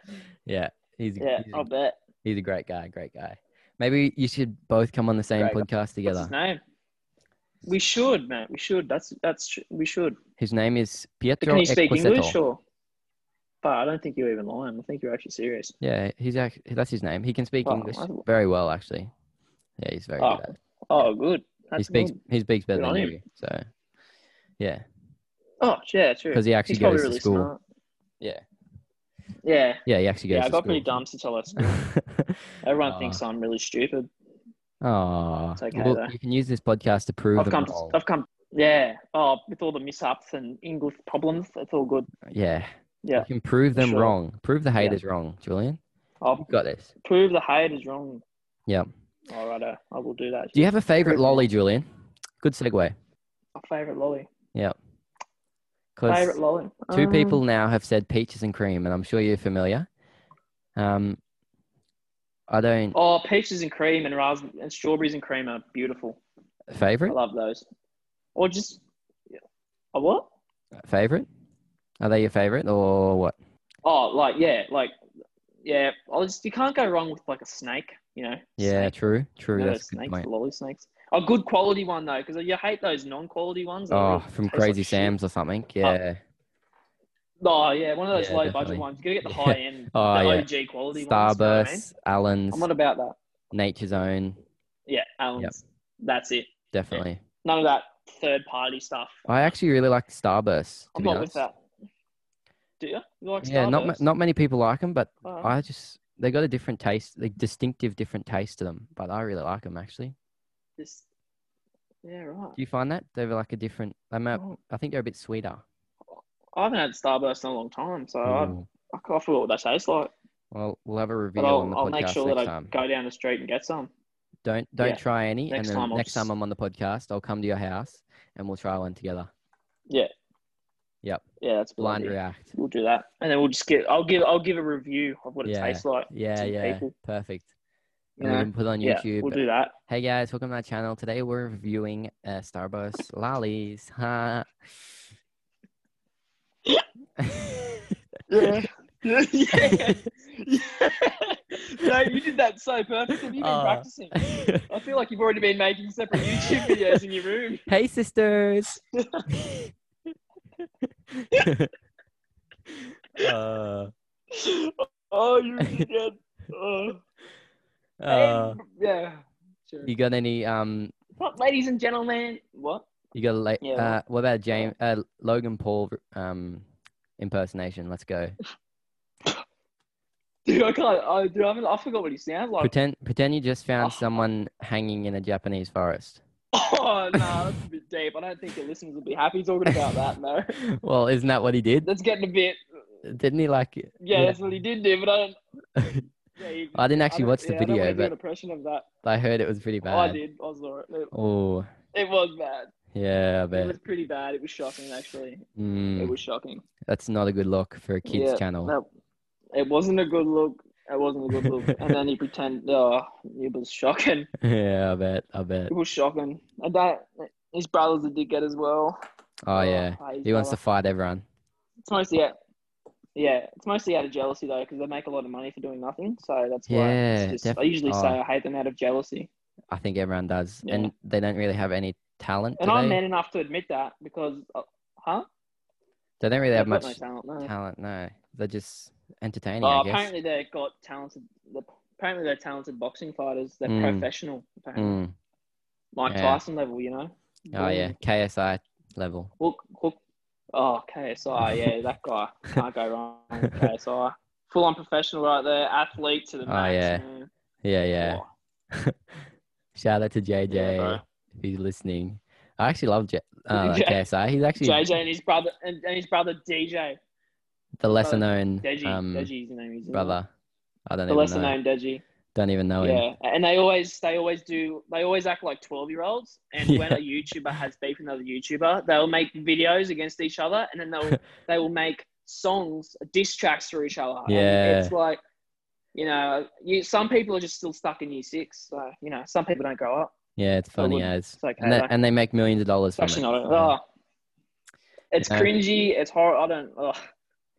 A: yeah. He's,
B: yeah.
A: he's,
B: I
A: a,
B: bet.
A: he's a great guy, great guy. Maybe you should both come on the same
B: Great
A: podcast
B: What's
A: together.
B: his name? We should, mate. We should. That's that's tr- we should.
A: His name is Pietro
B: But can you speak
A: Equiseto.
B: English or? But I don't think you're even lying. I think you're actually serious.
A: Yeah, he's act- that's his name. He can speak
B: Wow,
A: English
B: that's-
A: very well, actually. Yeah, he's very
B: Oh,
A: good at it.
B: Oh, good. That's
A: he speaks
B: good.
A: he speaks better than
B: Good on him.
A: you. So, yeah,
B: Oh, yeah, true.
A: because he actually
B: He's probably
A: goes
B: really
A: to school.
B: smart.
A: Yeah.
B: Yeah.
A: Yeah, he actually goes.
B: Yeah, I
A: to
B: got
A: school.
B: pretty dumb since I left school. Everyone
A: Uh,
B: thinks I'm really stupid.
A: Oh,
B: It's okay,
A: well,
B: though.
A: you can use this podcast to prove
B: I've
A: them
B: come.
A: wrong.
B: I've come. Yeah. Oh, with all the mishaps and English problems, it's all good.
A: Yeah,
B: Yeah.
A: you can prove them
B: sure.
A: wrong. Prove the haters wrong, Julian.
B: I'll
A: You got this.
B: prove the haters wrong.
A: Yeah.
B: All right. uh, I will do that.
A: Do you have a favorite
B: Prove me
A: lolly, Julian? Good segue.
B: My favorite lolly.
A: Because
B: Favorite lolly.
A: two
B: Um,
A: people now have said peaches and cream, and I'm sure you're familiar. Um, I don't
B: Oh, peaches and cream and raspberry and strawberries and cream are beautiful. I
A: favorite
B: love those. Or just yeah. a what?
A: favorite. Are they your favorite or what?
B: Oh, like yeah, like yeah. I just you can't go wrong with like a snake. You know.
A: Yeah,
B: Snake.
A: true, true.
B: Remember
A: That's a good
B: snakes,
A: point.
B: lolly snakes. A good quality one though, because you hate those non-quality ones. that
A: Oh,
B: really
A: from
B: taste like
A: Crazy
B: shit.
A: Sam's or something. Yeah.
B: Oh yeah, one of those
A: Yeah,
B: low
A: definitely.
B: budget ones. You gotta get the
A: Yeah.
B: high end,
A: Oh,
B: the
A: yeah.
B: OG quality ones. you know what I mean?
A: Starburst, Allen's,
B: eh? I'm not about that.
A: Nature's Own,
B: Yeah, Alan's. That's it.
A: definitely.
B: None of that third party stuff.
A: I actually really like Starburst. To
B: I'm
A: be
B: not
A: honest.
B: with that. Do you? You like
A: yeah, not ma-
B: Starburst?
A: not many people like them, but
B: Oh.
A: I just they got a different taste, like distinctive different taste to them. But I really like them actually.
B: Just, yeah,
A: Do
B: right.
A: you find that they're like a different? They might,
B: Oh.
A: I think they're a bit sweeter.
B: I haven't had Starburst in a long time, so I,
A: Ooh.
B: I can't- I forgot what that tastes like.
A: Well, we'll have a
B: But
A: review Hmm. on
B: I'll,
A: the
B: I'll
A: podcast
B: make sure that
A: next
B: I
A: time.
B: go down the street and get some.
A: Don't don't
B: Yeah.
A: try any,
B: Next
A: and then
B: time I'll
A: next time
B: just-
A: I'm on the podcast, I'll come to your house and we'll try one together.
B: Yeah, that's a good
A: Blind
B: idea.
A: react.
B: We'll do that, and then we'll just get. I'll give. I'll give a review of what it
A: Yeah.
B: tastes like.
A: Yeah,
B: Some
A: yeah,
B: people.
A: perfect.
B: You
A: And we
B: know?
A: can put it on
B: Yeah,
A: YouTube.
B: we'll do that.
A: Hey guys, welcome to my channel. Today we're reviewing uh, Starburst lollies. Huh?
B: Yeah. yeah. No, you did that so perfectly. You've been
A: Oh.
B: practicing. I feel like you've already been making separate YouTube videos in your room.
A: hey sisters. uh,
B: Oh, you really did. Oh.
A: uh,
B: And- yeah. Sure.
A: you got any um?
B: What, ladies and gentlemen? What?
A: You got a la-
B: Yeah,
A: uh, what about James uh, Logan Paul um impersonation? Let's go.
B: Dude, I can't. I, dude, I, haven't, I forgot what he sounds like.
A: Pretend pretend you just found
B: Oh.
A: someone hanging in a Japanese forest.
B: Oh, no, that's a bit deep. I don't think your listeners will be happy talking about that, no.
A: well, isn't that what he did?
B: That's getting a bit.
A: Didn't he like?
B: Yeah,
A: Yeah.
B: that's what he did do, but I don't. Yeah, you-
A: I didn't actually
B: don't-
A: watch the
B: yeah, I don't wanna
A: video,
B: do an
A: but
B: impression of that.
A: I heard it was pretty
B: Oh, I
A: bad.
B: did. I saw it. It,
A: Oh,
B: it was bad.
A: yeah, I
B: It
A: bet.
B: was pretty bad. It was shocking, actually. It
A: Mm, Oh.
B: was shocking.
A: that's not a good look for a kids
B: Yeah,
A: channel.
B: That, it wasn't a good look. It wasn't a good look. and then he pretended. Oh, it was shocking.
A: yeah, I bet. I bet.
B: It was shocking. And that his brother's a dickhead as well.
A: Oh yeah,
B: I hate his
A: he wants to
B: brother.
A: fight everyone.
B: It's mostly out. Yeah, it's mostly out of jealousy though, because they make a lot of money for doing nothing. So that's why. it's
A: Yeah,
B: just-
A: def-
B: I usually say
A: oh.
B: I hate them out of jealousy,
A: I think everyone does,
B: Yeah.
A: and they don't really have any talent.
B: and
A: do
B: I'm
A: they?
B: man enough to admit that because, uh, huh?
A: They don't really have
B: They've got
A: much
B: no talent, no.
A: talent. No, they're just entertaining.
B: Oh,
A: I guess.
B: Mm. apparently they've got talented. the- Apparently they're talented boxing fighters. They're
A: Mm.
B: professional. Apparently.
A: Mm.
B: Mike
A: Yeah.
B: Tyson level, you know.
A: Oh yeah,
B: Boom.
A: KSI level.
B: Hook, hook. Oh, KSI. Yeah, that guy can't go wrong. with KSI. Full on professional right there. Athlete to the
A: Oh,
B: max.
A: yeah.
B: man.
A: Yeah, yeah.
B: Oh,
A: Shout out to JJ
B: bro.
A: if he's listening. I actually love J- uh,
B: J-
A: KSI. He's actually
B: JJ and his brother and, and his brother DJ.
A: the lesser known
B: Deji.
A: um,
B: Deji's the name. He's
A: brother. I don't
B: The
A: even
B: lesser
A: know.
B: known Deji.
A: Don't even know him.
B: Yeah, and they always they always do they always act like twelve year olds. And when a YouTuber has beef with another YouTuber, they'll make videos against each other, and then they'll they will make songs diss tracks for each other. And
A: Yeah.
B: it's like you know, you some people are just still stuck in year six. So you know, some people don't grow up.
A: Yeah, it's funny
B: wouldn't.
A: as.
B: It's okay.
A: And they,
B: though.
A: and they make millions of dollars
B: it's
A: from
B: actually
A: it.
B: not.
A: so,
B: Oh, it's
A: Yeah.
B: cringy. It's horrible. I don't. Oh,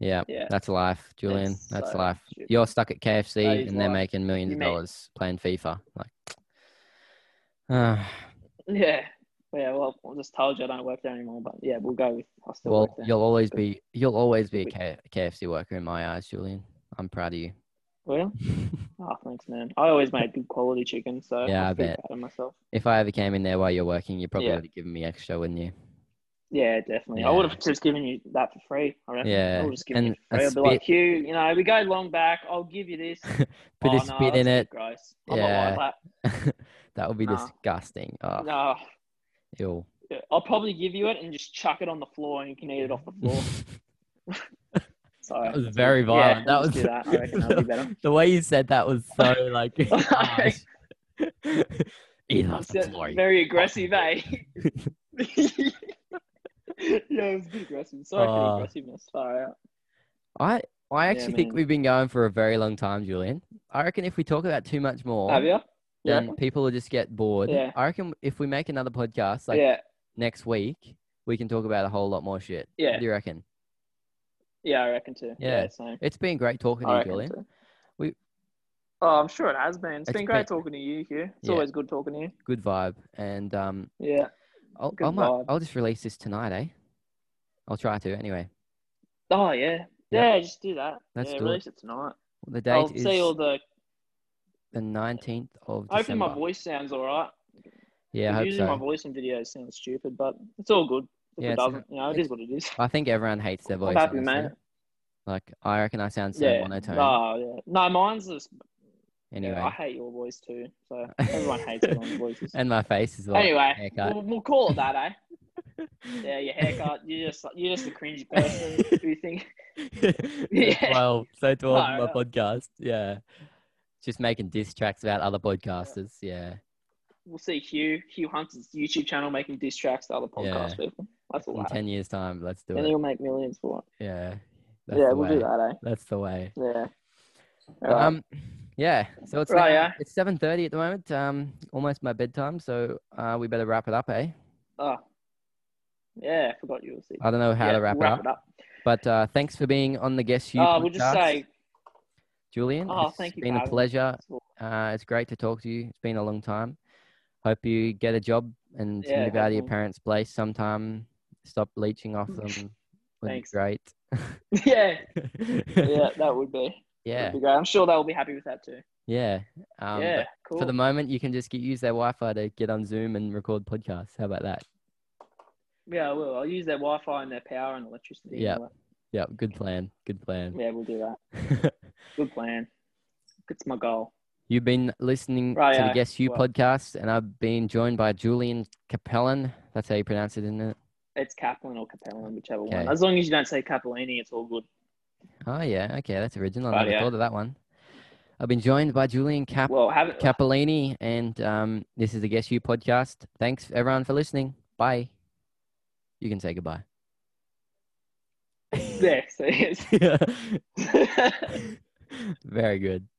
A: yeah,
B: yeah.
A: that's life, Julian.
B: It's
A: that's
B: so
A: life.
B: stupid.
A: You're stuck at
B: That
A: KFC
B: is
A: and they're
B: life.
A: making millions
B: You
A: of
B: make-
A: dollars playing FIFA. Like, uh,
B: Yeah. Yeah, well, I just told you I don't work there anymore, but yeah, we'll go with. I still
A: well,
B: work there.
A: you'll always
B: Good.
A: be you'll always be a
B: Good.
A: K- KFC worker in my eyes, Julian. I'm proud of you.
B: Well, oh, thanks, man. I always make good quality chicken, so
A: Yeah, I
B: I feel
A: bet.
B: proud of myself.
A: if I ever came in there while you're working, you probably
B: Yeah.
A: would have given me extra, wouldn't you?
B: Yeah, definitely. I
A: Yeah.
B: would have just given you that for free. I reckon. I
A: Yeah,
B: would have just given
A: and
B: you for free.
A: a
B: I'd be like, Hugh, you know, we go long back. I'll give you this.
A: Put
B: Oh,
A: a
B: no,
A: spit
B: that's
A: in
B: a bit
A: it.
B: Gross. I'm
A: Yeah.
B: not like
A: that would be
B: Nah.
A: disgusting. Oh,
B: that. No,
A: ew.
B: Yeah, I'll probably give you it and just chuck it on the floor, and you can eat it off the floor. So
A: That was very
B: yeah,
A: violent.
B: I'll
A: that was
B: just do that. I reckon that'd be better.
A: the way you said that was so like. harsh. Eat off
B: It's,
A: the
B: uh,
A: floor. you
B: Very aggressive, eh? yeah, it was a bit aggressive. Sorry for the
A: Uh,
B: aggressiveness. Far out.
A: I I
B: Yeah,
A: actually think
B: man.
A: we've been going for a very long time, Julian. I reckon if we talk about too much more,
B: Have you? Yeah.
A: then people will just get bored.
B: Yeah.
A: I reckon if we make another podcast like
B: yeah.
A: next week, we can talk about a whole lot more shit.
B: Yeah.
A: What do you reckon?
B: Yeah, I reckon too.
A: Yeah.
B: Yeah, same.
A: It's been great talking
B: I
A: to you,
B: reckon
A: Julian.
B: too.
A: We-
B: Oh, I'm sure it has been.
A: It's
B: it's been great
A: been-
B: talking to you, Hugh. It's
A: Yeah.
B: always good talking to you.
A: Good vibe, and um,
B: Yeah.
A: I'll
B: Good
A: I might,
B: vibe.
A: I'll just release this tonight, eh? I'll try to anyway.
B: Oh yeah.
A: Yeah.
B: Yeah, just do that.
A: Let's
B: yeah,
A: do it.
B: release it tonight.
A: The date
B: I'll
A: is
B: see all the.
A: the nineteenth of
B: Hopefully,
A: December.
B: my voice sounds all right.
A: yeah, I hope
B: Usually, my
A: so.
B: voice in videos sounds stupid, but it's all good. If
A: Yeah,
B: it
A: it's not-
B: doesn't, you know, it is what it is.
A: I think everyone hates their voice.
B: I'm happy, mate.
A: honestly. Like I reckon I sound so
B: yeah.
A: monotone.
B: No, yeah. No, mine's just.
A: anyway,
B: I hate your voice too. So everyone hates everyone's voices.
A: and my face is like
B: Anyway,
A: haircut.
B: we'll, we'll call it that, eh? Yeah, your haircut. You're just you're just a cringy person. who think? Yeah.
A: Well, so towards
B: No,
A: my
B: no.
A: podcast, yeah, just making diss tracks about other podcasters. Yeah,
B: We'll see Hugh Hugh Hunter's YouTube channel making diss tracks to other podcast people. That's all.
A: in
B: That.
A: ten years' time, let's do
B: And
A: it.
B: he'll make millions for it.
A: Yeah,
B: yeah,
A: the
B: we'll do
A: way.
B: that, eh?
A: That's the way.
B: Yeah. Alright.
A: Um, yeah. So it's
B: Right,
A: now-
B: yeah.
A: it's seven thirty at the moment. Um, almost my bedtime. So uh, we better wrap it up, eh?
B: oh. Yeah, I forgot you were sick.
A: I don't know how
B: Yeah,
A: to wrap,
B: we'll
A: it up, but uh, thanks for being on the guest. You
B: Uh, we'll just
A: podcast,
B: say
A: Julian.
B: Oh,
A: it's
B: thank you for
A: Been a
B: having me.
A: pleasure. Uh, it's great to talk to you. It's been a long time. Hope you get a job and
B: Yeah,
A: move out of your
B: hopefully.
A: parents' place sometime. Stop leeching off them. Would
B: Thanks.
A: be great.
B: yeah, yeah, that would be.
A: yeah,
B: That'd be great. I'm sure they'll be happy with that too.
A: yeah. Um,
B: yeah,
A: but
B: cool.
A: For the moment, you can just get, use their Wi-Fi to get on Zoom and record podcasts. How about that?
B: yeah, I will. I'll use their Wi-Fi and their power and electricity. and
A: Yeah.
B: all
A: Yeah, good plan. Good
B: that.
A: plan.
B: yeah, we'll do that. Good plan. It's my goal.
A: You've been listening to the
B: Rightio.
A: Guess You
B: Well-
A: podcast, and I've been joined by Julian Capellan. That's how you pronounce it, isn't it?
B: It's Kaplan or Capellan, whichever
A: Okay.
B: one. As long as you don't say Capellini, it's all good.
A: Oh yeah, okay, that's original. I
B: Right,
A: never
B: yeah.
A: thought of that one. I've been joined by Julian Cap
B: Well, uh, haven't
A: Capellini, and um, this is the Guess You podcast. Thanks everyone for listening. Bye. You can say goodbye.
B: there. So yes.
A: Very good.